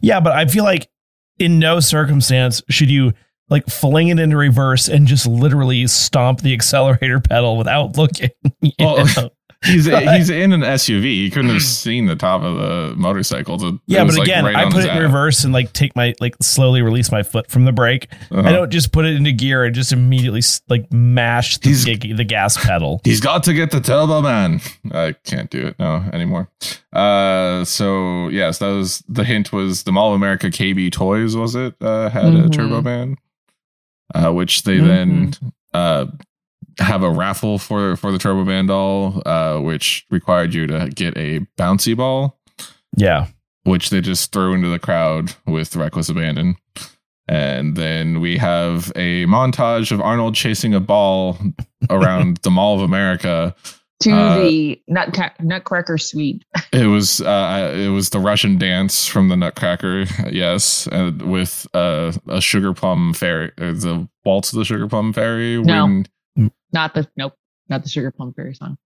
Yeah, but I feel like in no circumstance should you like fling it into reverse and just literally stomp the accelerator pedal without looking. you Well, know? He's he's in an SUV. He couldn't have seen the top of the motorcycle. The- yeah, was, but like, again, right I on put his it in ass. reverse and like take my like slowly release my foot from the brake. Uh-huh. I don't just put it into gear and just immediately s- like mash the, He's- gig- the gas pedal. He's got to get the turbo man. I can't do it no anymore. Uh, so yes, that was the hint. Was the Mall of America KB Toys was it uh, had a Mhm. turbo man, uh, which they Mm-hmm. then uh, have a raffle for for the turbo man doll, uh, which required you to get a bouncy ball, Yeah. which they just throw into the crowd with reckless abandon. And then we have a montage of Arnold chasing a ball around the Mall of America. To Uh, the nutca- Nutcracker Suite. It was uh, it was the Russian dance from the Nutcracker, yes, and with uh, a sugar plum fairy, uh, the waltz of the sugar plum fairy. No. When, Not the nope, not the Sugar Plum Fairy song.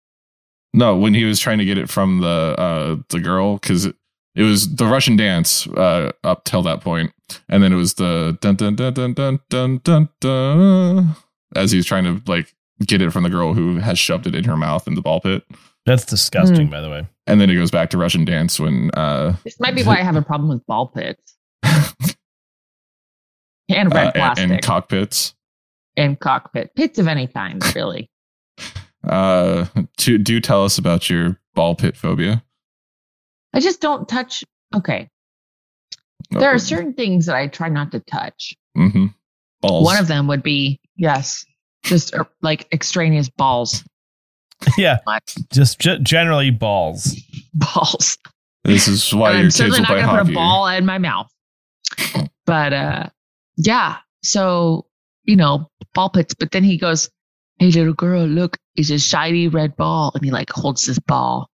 no, when he was trying to get it from the uh, the girl, because it, it was the Russian dance uh, up till that point, and then it was the dun dun dun dun dun dun dun, dun as he's trying to like get it from the girl who has shoved it in her mouth in the ball pit, That's disgusting, Hmm. by the way. and then it goes back to Russian dance when. Uh, This might be why I have a problem with ball pits and red uh, and- plastic and and, cockpits. cockpit pits of any kind, really. Uh, to do tell us about your ball pit phobia. I just don't touch. Okay, Oh, there are certain things that I try not to touch. hmm balls. One of them would be yes, just uh, like extraneous balls, yeah. What? Just ge- generally balls. balls. this is And why I'm your kids certainly will not play gonna hockey. put a ball in my mouth. But uh yeah, so you know, ball pits. But then he goes, Hey little girl, look, it's a shiny red ball. And he like holds this ball.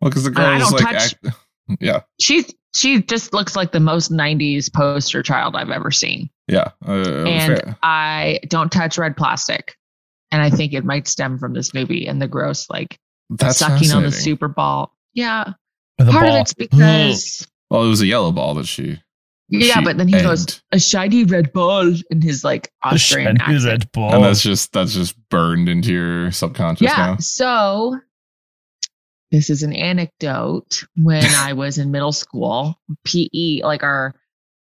Well, because the I girl is don't like, touch- act- yeah, She's she just looks like the most 90s poster child I've ever seen. yeah. Uh, and fair. I don't touch red plastic. And I think it might stem from this movie and the gross like that's sucking on the fascinating. super ball. Yeah. With a part ball. of it's because Well, it was a yellow ball that she. Yeah, she but then he goes, egged. a shiny red ball in his like A Austrian shiny accent. red ball. and that's just that's just burned into your subconscious yeah. now. So this is an anecdote. When I was in middle school, PE, like our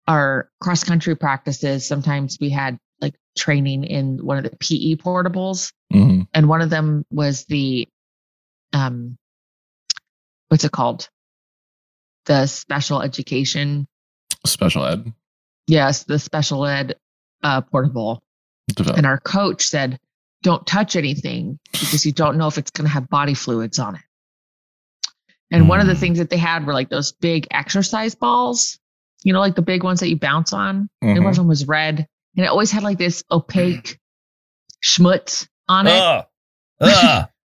our cross country practices, sometimes we had like training in one of the PE portables, Mhm. and one of them was the um, what's it called? The special education. Special ed Yes, the special ed uh, portable. developed. And our coach said, don't touch anything because you don't know if it's going to have body fluids on it. And one of the Mm. things that they had were like those big exercise balls, you know, like the big ones that you bounce on. And one Mhm. of them was red and it always had like this opaque schmutz on it. Ugh. Ugh.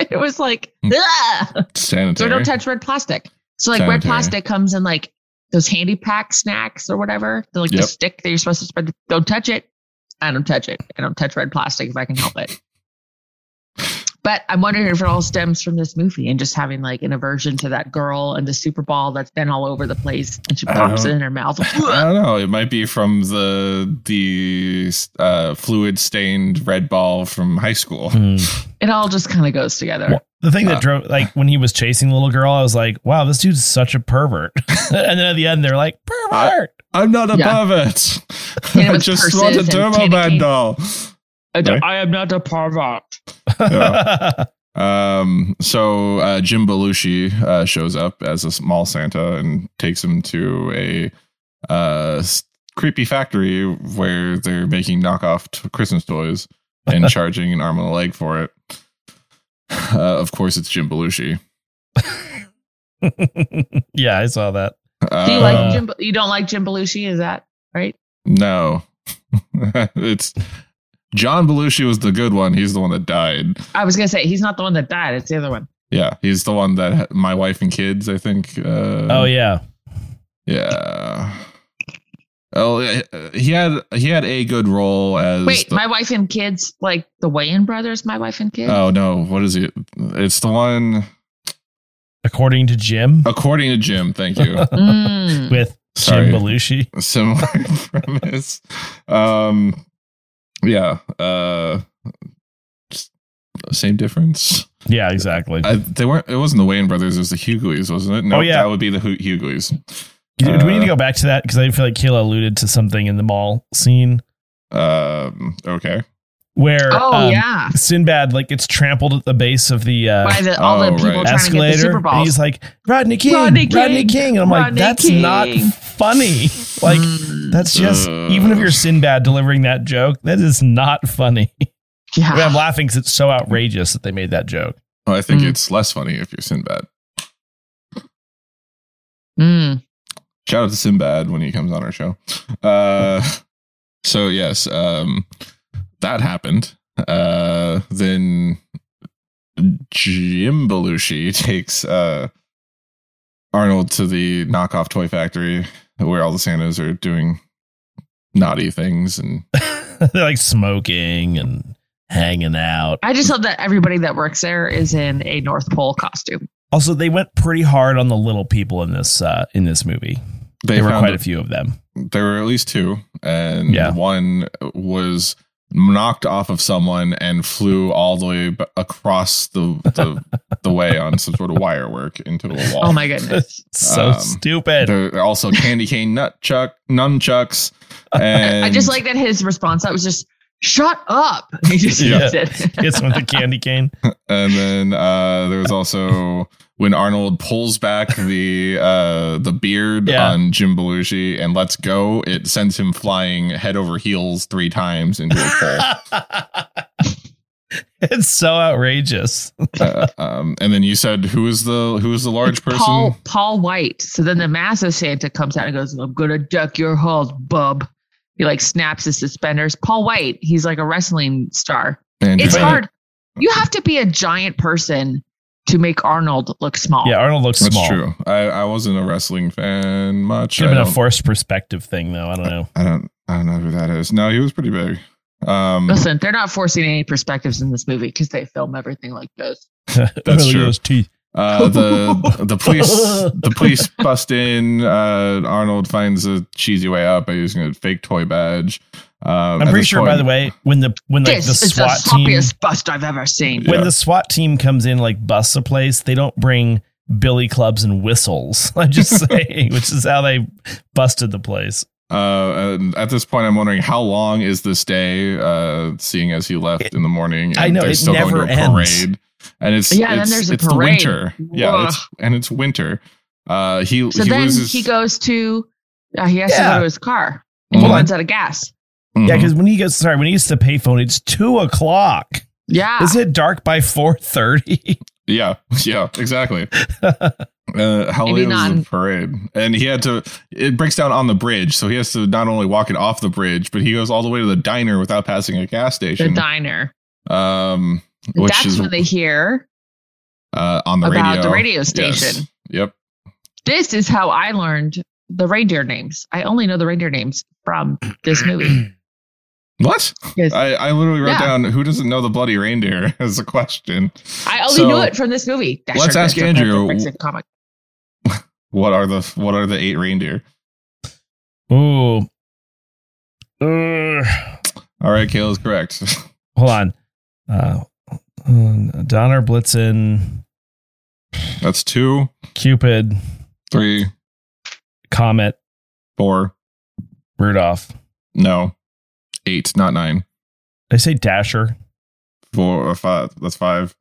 It was like, Mm. "Ugh." so Sanitary. don't touch red plastic. So like Sanitary. red plastic comes in like those handy pack snacks or whatever. They're like the Yep. stick that you're supposed to spread. Don't touch it. I don't touch it. I don't touch red plastic if I can help it. But I'm wondering if it all stems from this movie and just having like an aversion to that girl and the Super Ball that's been all over the place and she I pops it don't- in her mouth. I don't know. It might be from the the uh, fluid stained red ball from high school. Mm. It all just kind of goes together. Well, the thing Uh. that drove like when he was chasing the little girl, I was like, wow, this dude's such a pervert. and then at the end, they're like, pervert. I'm not a Yeah. pervert. And it I was just purses want a and turbo candy man canes. doll. I, don't- am not a pervert. Yeah. Um, so uh, Jim Belushi uh, shows up as a small Santa and takes him to a uh, s- creepy factory where they're making knockoff t- Christmas toys. and charging an arm and a leg for it. Uh, of course, it's Jim Belushi. yeah, I saw that. Do you Uh, Um, like Jim? You don't like Jim Belushi? Is that right? no, it's John Belushi was the good one. He's the one that died. I was gonna say he's not the one that died. It's the other one. Yeah, he's the one that ha- my wife and kids. I think. Uh, Oh yeah. yeah. Oh, uh, he had he had a good role as. Wait, the- my wife and kids, like the Wayan brothers. My wife and kids. oh no, what is it? It's the one According to Jim, according to Jim. Thank you. Mm. with Sorry. Jim Belushi. similar premise. Um, yeah. Uh, s- same difference. Yeah, exactly. I, they weren't. It wasn't the Wayne brothers. It was the Hughleys, wasn't it? No, Oh, yeah. that would be the Hu- Hughleys. Do do we need uh, to go back to that? Because I feel like Kayla alluded to something in the mall scene Um, okay. where oh um, yeah, Sinbad like gets trampled at the base of the uh, by the all oh, the people trying right. to get the escalator. Super and Bowl. he's like Rodney King, Rodney Rodney King, King, And I'm like, Rodney that's King." not funny. Like Mm. that's just Uh. even if you're Sinbad delivering that joke, that is not funny. I mean, yeah. I'm laughing because it's so outrageous that they made that joke. Well, I think Mm. it's less funny if you're Sinbad. Mm. Shout out to Sinbad when he comes on our show. Uh, so yes, um, that happened. Uh, then Jim Belushi takes uh, Arnold to the knockoff toy factory where all the Santas are doing naughty things, and They're like smoking and hanging out. I just hope that everybody that works there is in a North Pole costume. Also, they went pretty hard on the little people in this uh, in this movie. they there were found quite a few of them. there were at least two, and Yeah. one was knocked off of someone and flew all the way b- across the the, the way on some sort of wire work into a wall. Oh my goodness. So Um, stupid. There are also candy cane nut chuck nunchucks, and I just like that his response. That was just shut up. He just Yeah. used it. Gets with the candy cane. and then uh, there was also when Arnold pulls back the uh, the beard Yeah. on Jim Belushi and lets go, it sends him flying head over heels three times into a pole. it's so outrageous. uh, um, and then you said who is the who is the large person? Paul Paul White. So then the massive Santa comes out and goes, "I'm gonna duck your halls, bub." He like snaps his suspenders. Paul White. He's like a wrestling star. Andrew It's Bennett. hard. You have to be a giant person to make Arnold look small. Yeah, Arnold looks That's small. true. I, I wasn't a wrestling fan much. Should I, have been a don't, forced perspective thing, though. I don't know. I don't I don't know who that is. No, he was pretty big. Um, Listen, they're not forcing any perspectives in this movie because they film everything like this. Look at true. Those teeth. uh, the the police the police bust in. Uh, Arnold finds a cheesy way out by using a fake toy badge. Um, at I'm pretty this sure, by point- the way, when the when like, this the is the SWAT team sloppiest bust I've ever seen. Yeah. when the SWAT team comes in like busts a place, they don't bring billy clubs and whistles. I'm just saying, which is how they busted the place. Uh, and at this point, I'm wondering how long is this day? Uh, seeing as he left in the morning, and I know, they're it still never going to a ends. parade, and it's Yeah, and then it's, there's a it's the parade. winter, yeah, Ugh. it's, and it's winter. Uh, he So he then loses. he goes to uh, he has to Yeah. go to his car and Mhm. he runs out of gas. Mhm. Yeah, because when he gets sorry, when he gets the payphone, it's two o'clock. Yeah. Is it dark by four thirty? yeah, yeah, exactly. Uh, how Maybe late was not the in- parade? And he had to. It breaks down on the bridge, so he has to not only walk it off the bridge, but he goes all the way to the diner without passing a gas the station. diner. um, which That's is when they hear uh, on the about radio. the radio Yes. station. Yep. This is how I learned the reindeer names. I only know the reindeer names from this movie. What? 'Cause I, I, I literally wrote Yeah. down who doesn't know the bloody reindeer as a question. only So, knew it from this movie. Dasher, let's ask Dasher, Andrew. Dasher, Dasher, comic. What are the what are the eight reindeer? Ooh. Ugh. All right, Kale is correct. hold on. Uh, uh, Donner Blitzen, That's two, Cupid, three, Comet, four. Rudolph. No, eight, not nine. Did I say Dasher. Four or five. That's five.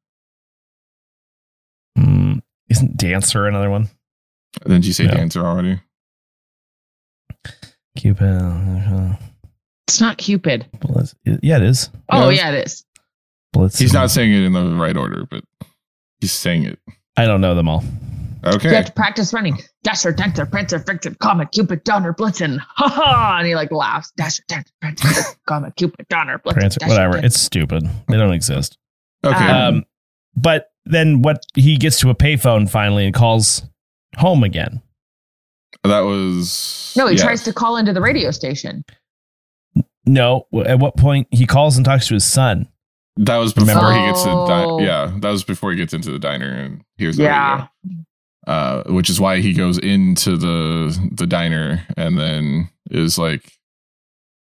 Hmm. isn't Dancer another one? Then did you say Yeah. dancer already? Cupid. uh, It's not Cupid. Blitz- Yeah, it is. Oh, Yes. yeah, it is. Blitz. He's not saying it in the right order, but he's saying it. I don't know them all. Okay. You have to practice running. Dasher, Dancer, Prancer, Vixen, Comet, Cupid, Donner, Blitzen. Ha ha! And he like laughs. Dasher, Dancer, Prancer, Vixen, Comet, Cupid, Donner, Blitzen. Prancer, Dasher, whatever. Dancer. It's stupid. They don't exist. Okay. Um, Um, but then what he gets to a payphone finally and calls home again. that was no, he yeah. tries to call into the radio station. No, w- at what point he calls and talks to his son? That was before Remember? he gets to the Oh. di- yeah. That was before he gets into the diner and hears the Yeah. radio. Uh, which is why he goes into the the diner and then is like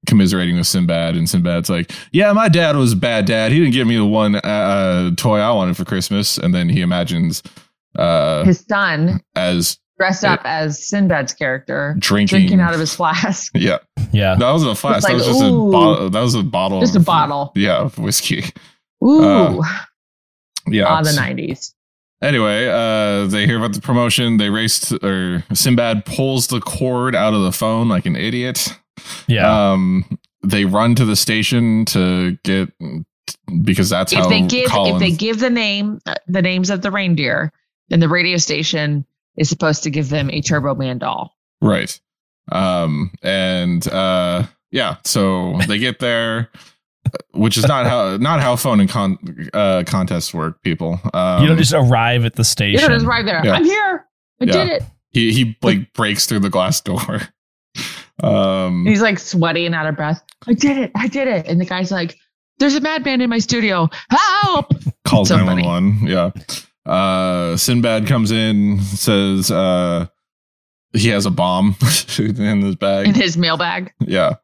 commiserating with Sinbad, and Sinbad's like, "Yeah, my dad was a bad dad. He didn't give me the one uh, toy I wanted for Christmas." And then he imagines uh, His son as dressed up as Sinbad's character, drinking, drinking out of his flask. yeah. Yeah. That was a flask. like, that was just a ooh. bottle. That was a bottle. Just a of- bottle. Yeah, of whiskey. Ooh, Uh, Yeah. ah, the nineties. Anyway, uh, they hear about the promotion. They raced, or Sinbad pulls the cord out of the phone like an idiot. Yeah. Um, they run to the station to get because that's If how they give, Colin, if they give the name, uh, the names of the reindeer, then the radio station is supposed to give them a Turbo Man doll. right. Um, and uh, yeah, so they get there, which is not how not how phone and con uh, contests work, people. Um, you don't just arrive at the You station. know, just right there. Yeah. I'm here. I Yeah. did it. he he like breaks through the glass door. Um, And he's like sweaty and out of breath. I did it. I did it. And the guy's like, "There's a madman in my studio. Help!" calls Somebody. 911. Yeah. Uh, Sinbad comes in, says uh, he has a bomb in his In bag. his mailbag. Yeah.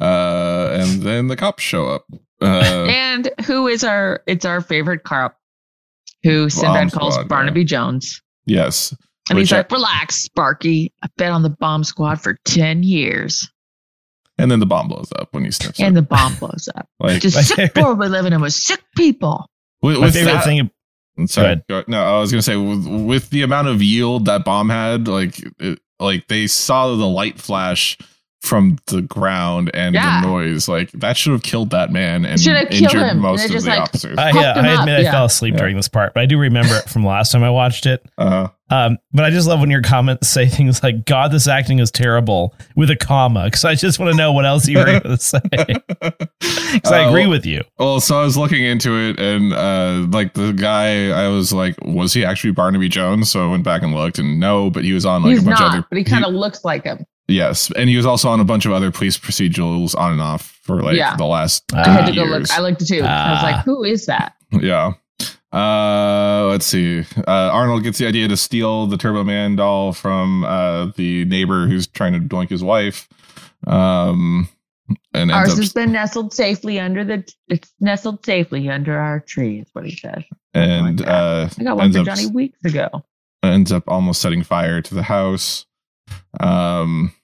Uh, and then the cops show up. Uh, And who is our? It's our favorite cop, who Sinbad Bomb calls squad, Barnaby Jones. yes. And Which he's I- like, "Relax, Sparky. I've been on the bomb squad for ten years, And then the bomb blows up when he sniffs it. and the bomb blows up. Like Just My sick favorite- world we're living in with sick people. with, My with favorite that, thing. Sorry. Go go- No, I was gonna say with, with the amount of yield that bomb had, like it, like they saw the light flash from the ground and Yeah. the noise, like that should have killed that man and Should have injured killed him, and most it of just, the like- officers. I, Popped yeah, him I admit up, I yeah. fell asleep Yeah. during this part, but I do remember it from last time I watched it. uh, Um, but I just love when your comments say things like, God, this acting is terrible with a comma. Because I just want to know what else you were going to say. Because I Uh, agree well- with you. Well, so I was looking into it, and uh, like the guy, I was like, was he actually Barnaby Jones? So I went back and looked, and no, but he was on like he's a bunch not, of other. but he kind of looks like him. he- yes, and he was also on a bunch of other police procedurals on and off for like Yeah. the last. I I had to 30 go Ah, years. look. I looked too. I was Ah. like, "Who is that?" Yeah. Uh, let's see. Uh, Arnold gets the idea to steal the Turbo Man doll from uh, the neighbor who's trying to doink his wife. Um, and ends Ours up, has been nestled safely under the. It's nestled safely under our tree. Is what he says. and like that. uh, I got one Ends for up- Johnny weeks ago. ends up almost setting fire to the house. Um,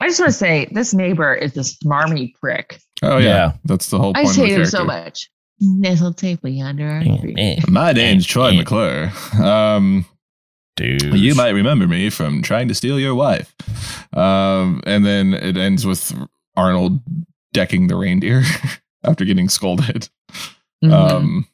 I just want to say this neighbor is a smarmy prick. oh yeah, Yeah. that's the whole I point. just of the hate him so character. much. Nestled safely under our tree. My name's Troy McClure. Um, Dude. You might remember me from trying to steal your wife. Um, and then it ends with Arnold decking the reindeer after getting scolded. Mhm. Um,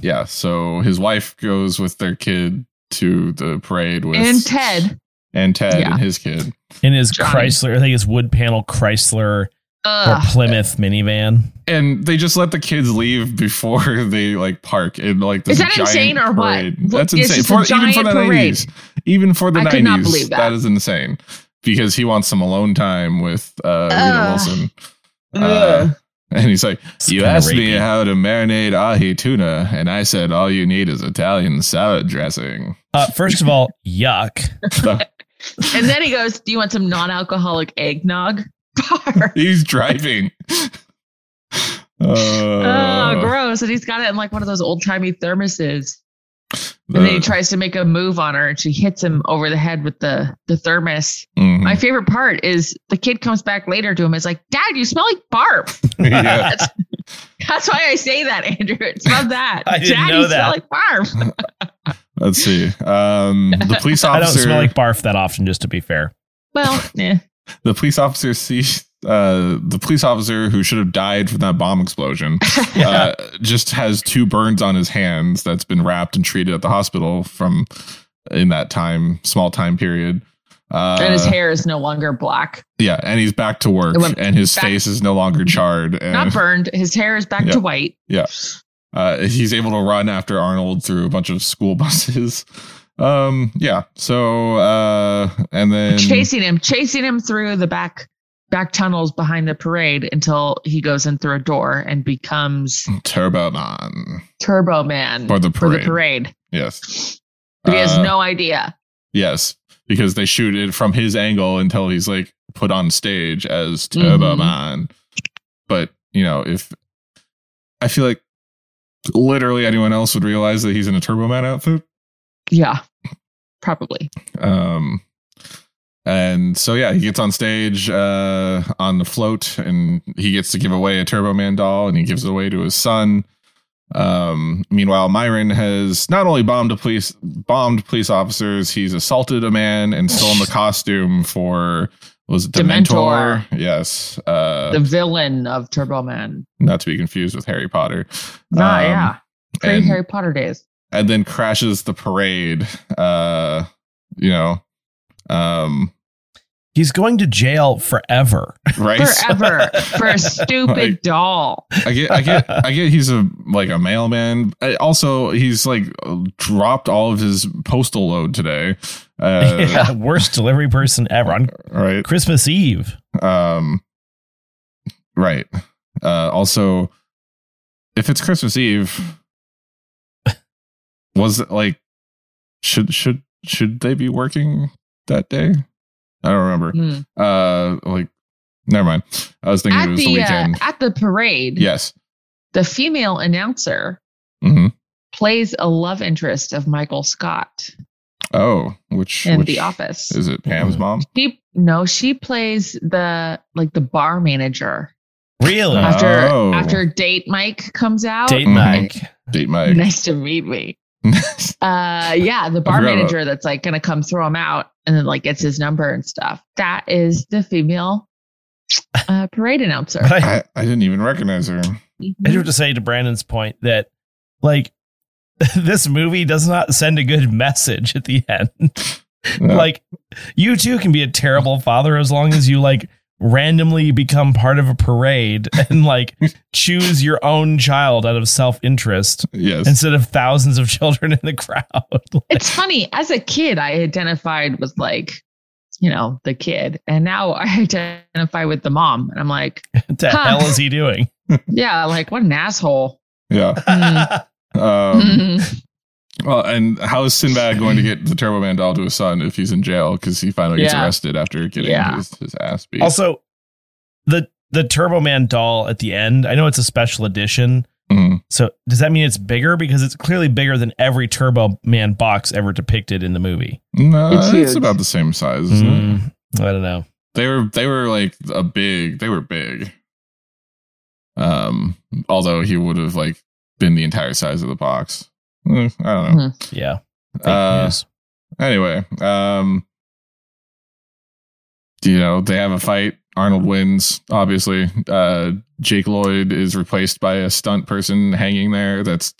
yeah, so his wife goes with their kid to the parade with and Ted. and Ted Yeah. and his kid. in his Johnny. Chrysler, I think his wood panel Chrysler Ugh. or Plymouth minivan. And they just let the kids leave before they like park in like this Is that giant insane or what? parade. Look, That's it's insane. just For, a even for giant the parade. 90s. Even for the I 90s. could not believe that. that is insane. Because he wants some alone time with uh, Rita Ugh. Wilson. Ugh. Uh, and he's like, It's You kinda asked me rapey. how to marinate ahi tuna, and I said, All you need is Italian salad dressing. Uh, first of all, yuck. and then he goes, "Do you want some non-alcoholic eggnog?" Bar. He's driving. Uh, oh, gross! And he's got it in like one of those old-timey thermoses. And then he the- tries to make a move on her, and she hits him over the head with the the thermos. mhm. My favorite part is the kid comes back later to him. It's like, Dad, you smell like barf. Yeah. That's, that's why I say that, Andrew. It's not that. I didn't Dad, know you that. smell like barf. Let's see. Um, the police I don't officer. smell like barf that often, just to be fair. Well, eh. yeah. the police officer sees uh, the police officer who should have died from that bomb explosion uh, just has two burns on his hands that's been wrapped and treated at the hospital from in that time small time period. Uh, and his hair is no longer black, yeah, and he's back to work, It went and his back- face is no longer charred. And, not burned. His hair is back Yeah. to white. Yeah. Uh, he's able to run after Arnold through a bunch of school buses. Um, yeah. So, uh, and then chasing him, chasing him through the back back tunnels behind the parade until he goes in through a door and becomes Turbo Man Turbo Man for the for parade. the parade. Yes. But he has Uh, no idea. Yes, because they shoot it from his angle until he's like put on stage as Turbo Mhm. Man. But you know, if I feel like literally anyone else would realize that he's in a Turbo Man outfit. Yeah, probably. um and so yeah he gets on stage uh on the float and he gets to give away a turbo man doll and he gives it away to his son um meanwhile myron has not only bombed a police bombed police officers he's assaulted a man and stolen the costume for was it Dementor? Dementor. yes uh the villain of Turbo Man. not to be confused with harry potter Nah, Um, yeah, pre and- Harry Potter days. and then crashes the parade uh you know um He's going to jail forever. right Forever for a stupid Like- doll. I get, I get, I get. He's a like a mailman. I, also, he's like dropped all of his postal load today. Uh, Yeah, worst delivery person ever on Right. Christmas Eve. Um. Right. Uh, also, if it's Christmas Eve, was it like should should should they be working that day? I don't remember. Hmm. Uh, like, never mind. I was thinking it At was the, the uh, weekend. at the parade, yes. the female announcer hmm plays a love interest of Michael Scott Oh, which in which The Office. Mm-hmm. Is it Pam's mom? She no, she plays the like the bar manager Really? Uh, after Oh. after date Mike comes out. Date Mhm. Mike. Date Mike. Nice to meet me. Uh, yeah, the I bar forgot about- manager that's like gonna come throw him out and then like gets his number and stuff. That is the female uh, parade announcer. But I, I, I didn't even recognize her. I do Mhm. have to say to Brandon's point that, like, this movie does not send a good message at the end. No. Like, you too can be a terrible father as long as you, like, randomly become part of a parade and, like, choose your own child out of self interest yes. instead of thousands of children in the crowd. It's funny. As a kid, I identified with like, you know, the kid, and now I identify with the mom, and I'm like, what the Huh. hell is he doing? yeah, like what an asshole. yeah. Mm. Um, Mhm. well, and how is Sinbad going to get the Turbo Man doll to his son if he's in jail because he finally gets Yeah. arrested after getting Yeah. his, his ass beat? Also, the the Turbo Man doll at the end. I know it's a special edition. Mhm. So does that mean it's bigger? Because it's clearly bigger than every Turbo Man box ever depicted in the movie. no, It's it's, huge. about the same size. Isn't it? Mm, I don't know. They were they were like a big. They were big. Um, although he would have like been the entire size of the box. Mm, I don't know. Yeah. Fake Uh, news. anyway, um, you know, they have a fight. Arnold wins, obviously. Uh, Jake Lloyd is replaced by a stunt person hanging there that's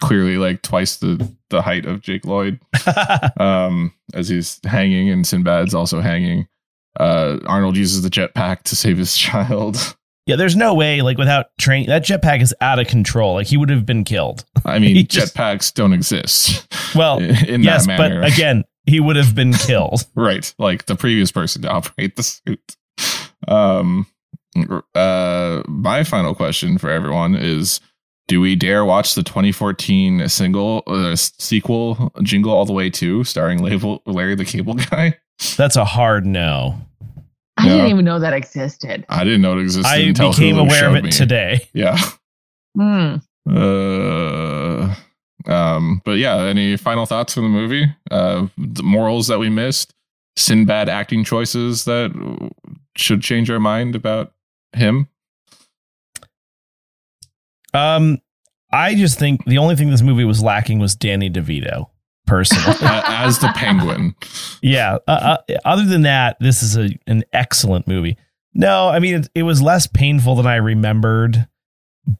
clearly like twice the, the height of Jake Lloyd um, as he's hanging, and Sinbad's also hanging. Uh, Arnold uses the jetpack to save his child. yeah. There's no way like without train that jetpack is out of control. Like he would have been killed. I He mean, just- jetpacks don't exist Well, in yes, that but manner. again, he would have been killed. right like the previous person to operate the suit um uh my final question for everyone is do we dare watch the 2014 single uh, sequel jingle all the way 2 starring Label, larry the cable guy That's a hard no. I Yeah. didn't even know that existed. i didn't know it existed I until became Hulu aware of showed it me. today. yeah Mm. uh um but yeah any final thoughts from the movie uh the morals that we missed sinbad acting choices that should change our mind about him Um, I just think the only thing this movie was lacking was Danny DeVito. Personally, uh, as the penguin yeah. Uh, uh, other than that, this is a, an excellent movie. No, I mean it, it was less painful than I remembered,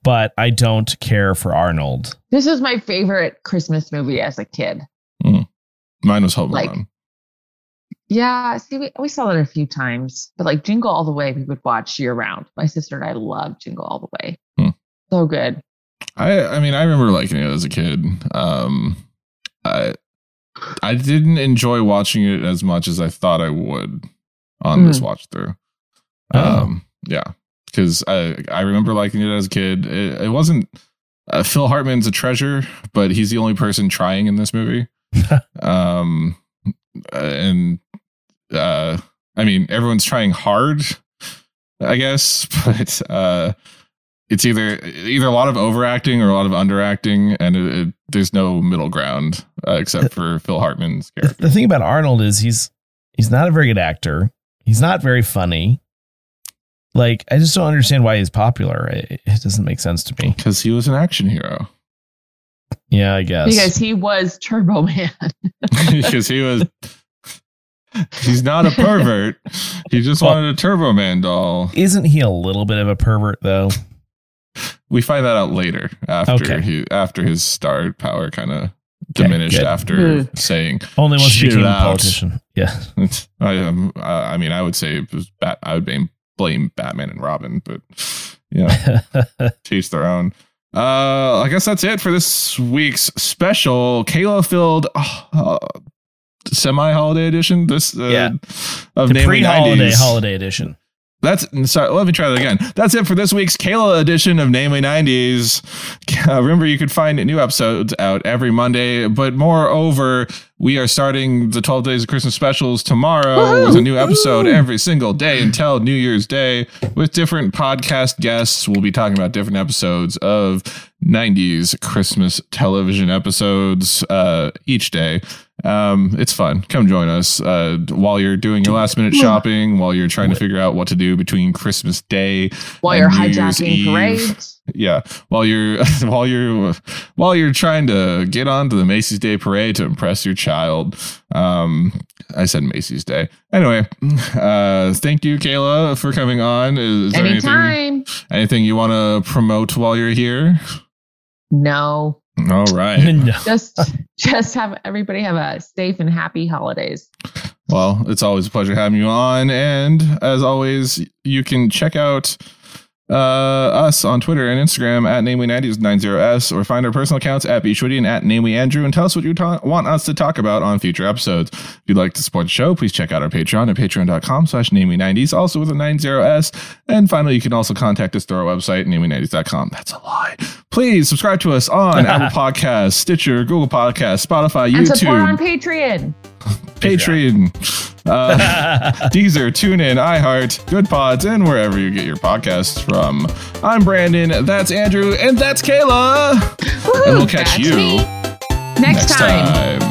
but I don't care for Arnold. This was my favorite Christmas movie as a kid. Mine was Home Like- Alone. Yeah, see, we, we saw that a few times, but like Jingle All the Way, we would watch year round. My sister and I love Jingle All the Way. Hmm. So good. I I mean I remember liking it as a kid. Um, I I didn't enjoy watching it as much as I thought I would on this watch through. Um, yeah, because I I remember liking it as a kid. It, it wasn't uh, Phil Hartman's a treasure, but he's the only person trying in this movie. um, and uh, I mean everyone's trying hard, I guess, but uh, it's either either a lot of overacting or a lot of underacting, and it, it, there's no middle ground uh, except for Phil Hartman's The, character. the thing about Arnold is he's he's not a very good actor. He's not very funny. Like I just don't understand why he's popular. It, it doesn't make sense to me. Because he was an action hero. Yeah, I guess. Because he was Turbo Man. because he was he's not a pervert he just wanted a turbo man doll Isn't he a little bit of a pervert though? we find that out later after Okay. he after his star power kind of diminished good. after saying Only once he Shoot became a out. politician. Yeah. i um, I I mean i would say it was bat i would blame, blame batman and robin but yeah teach their own. Uh, I guess that's it for this week's special Kayla filled uh, semi holiday edition. This uh, Yeah. of the namely pre-holiday 90s. holiday edition. That's sorry. Let me try that again. That's it for this week's Kayla edition of Namely 90s. Uh, remember, you could find new episodes out every Monday, but moreover, we are starting the 12 Days of Christmas specials tomorrow with a new episode every single day until New Year's Day with different podcast guests. We'll be talking about different episodes of 90s Christmas television episodes uh, each day. Um, it's fun. Come join us uh, while you're doing your last minute shopping, while you're trying to figure out what to do between Christmas Day While and you're New Year's hijacking Eve. parades. Yeah, while you're while you're while you're trying to get onto the Macy's Day Parade to impress your child. Um, I said Macy's Day. Anyway, uh, thank you, Kayla, for coming on. Is, is there anything Anytime. anything you want to promote while you're here? No. All right. No. Just just have everybody have a safe and happy holidays. Well, it's always a pleasure having you on. And as always, you can check out uh, us on Twitter and Instagram at namely90s90s or find our personal accounts at bshwitty and at namelyandrew and tell us what you ta- want us to talk about on future episodes. If you'd like to support the show, please check out our Patreon at patreon.com slash namely90s, also with a 90s. And finally, you can also contact us through our website, namely90s.com. That's a lie. Please subscribe to us on Apple Podcasts, Stitcher, Google Podcasts, Spotify, And support YouTube, on Patreon. Patreon, uh, Deezer, TuneIn, iHeart, Good Pods, and wherever you get your podcasts from. I'm Brandon. That's Andrew, and that's Kayla. Woohoo, And we'll catch that's you me. Next, time. time.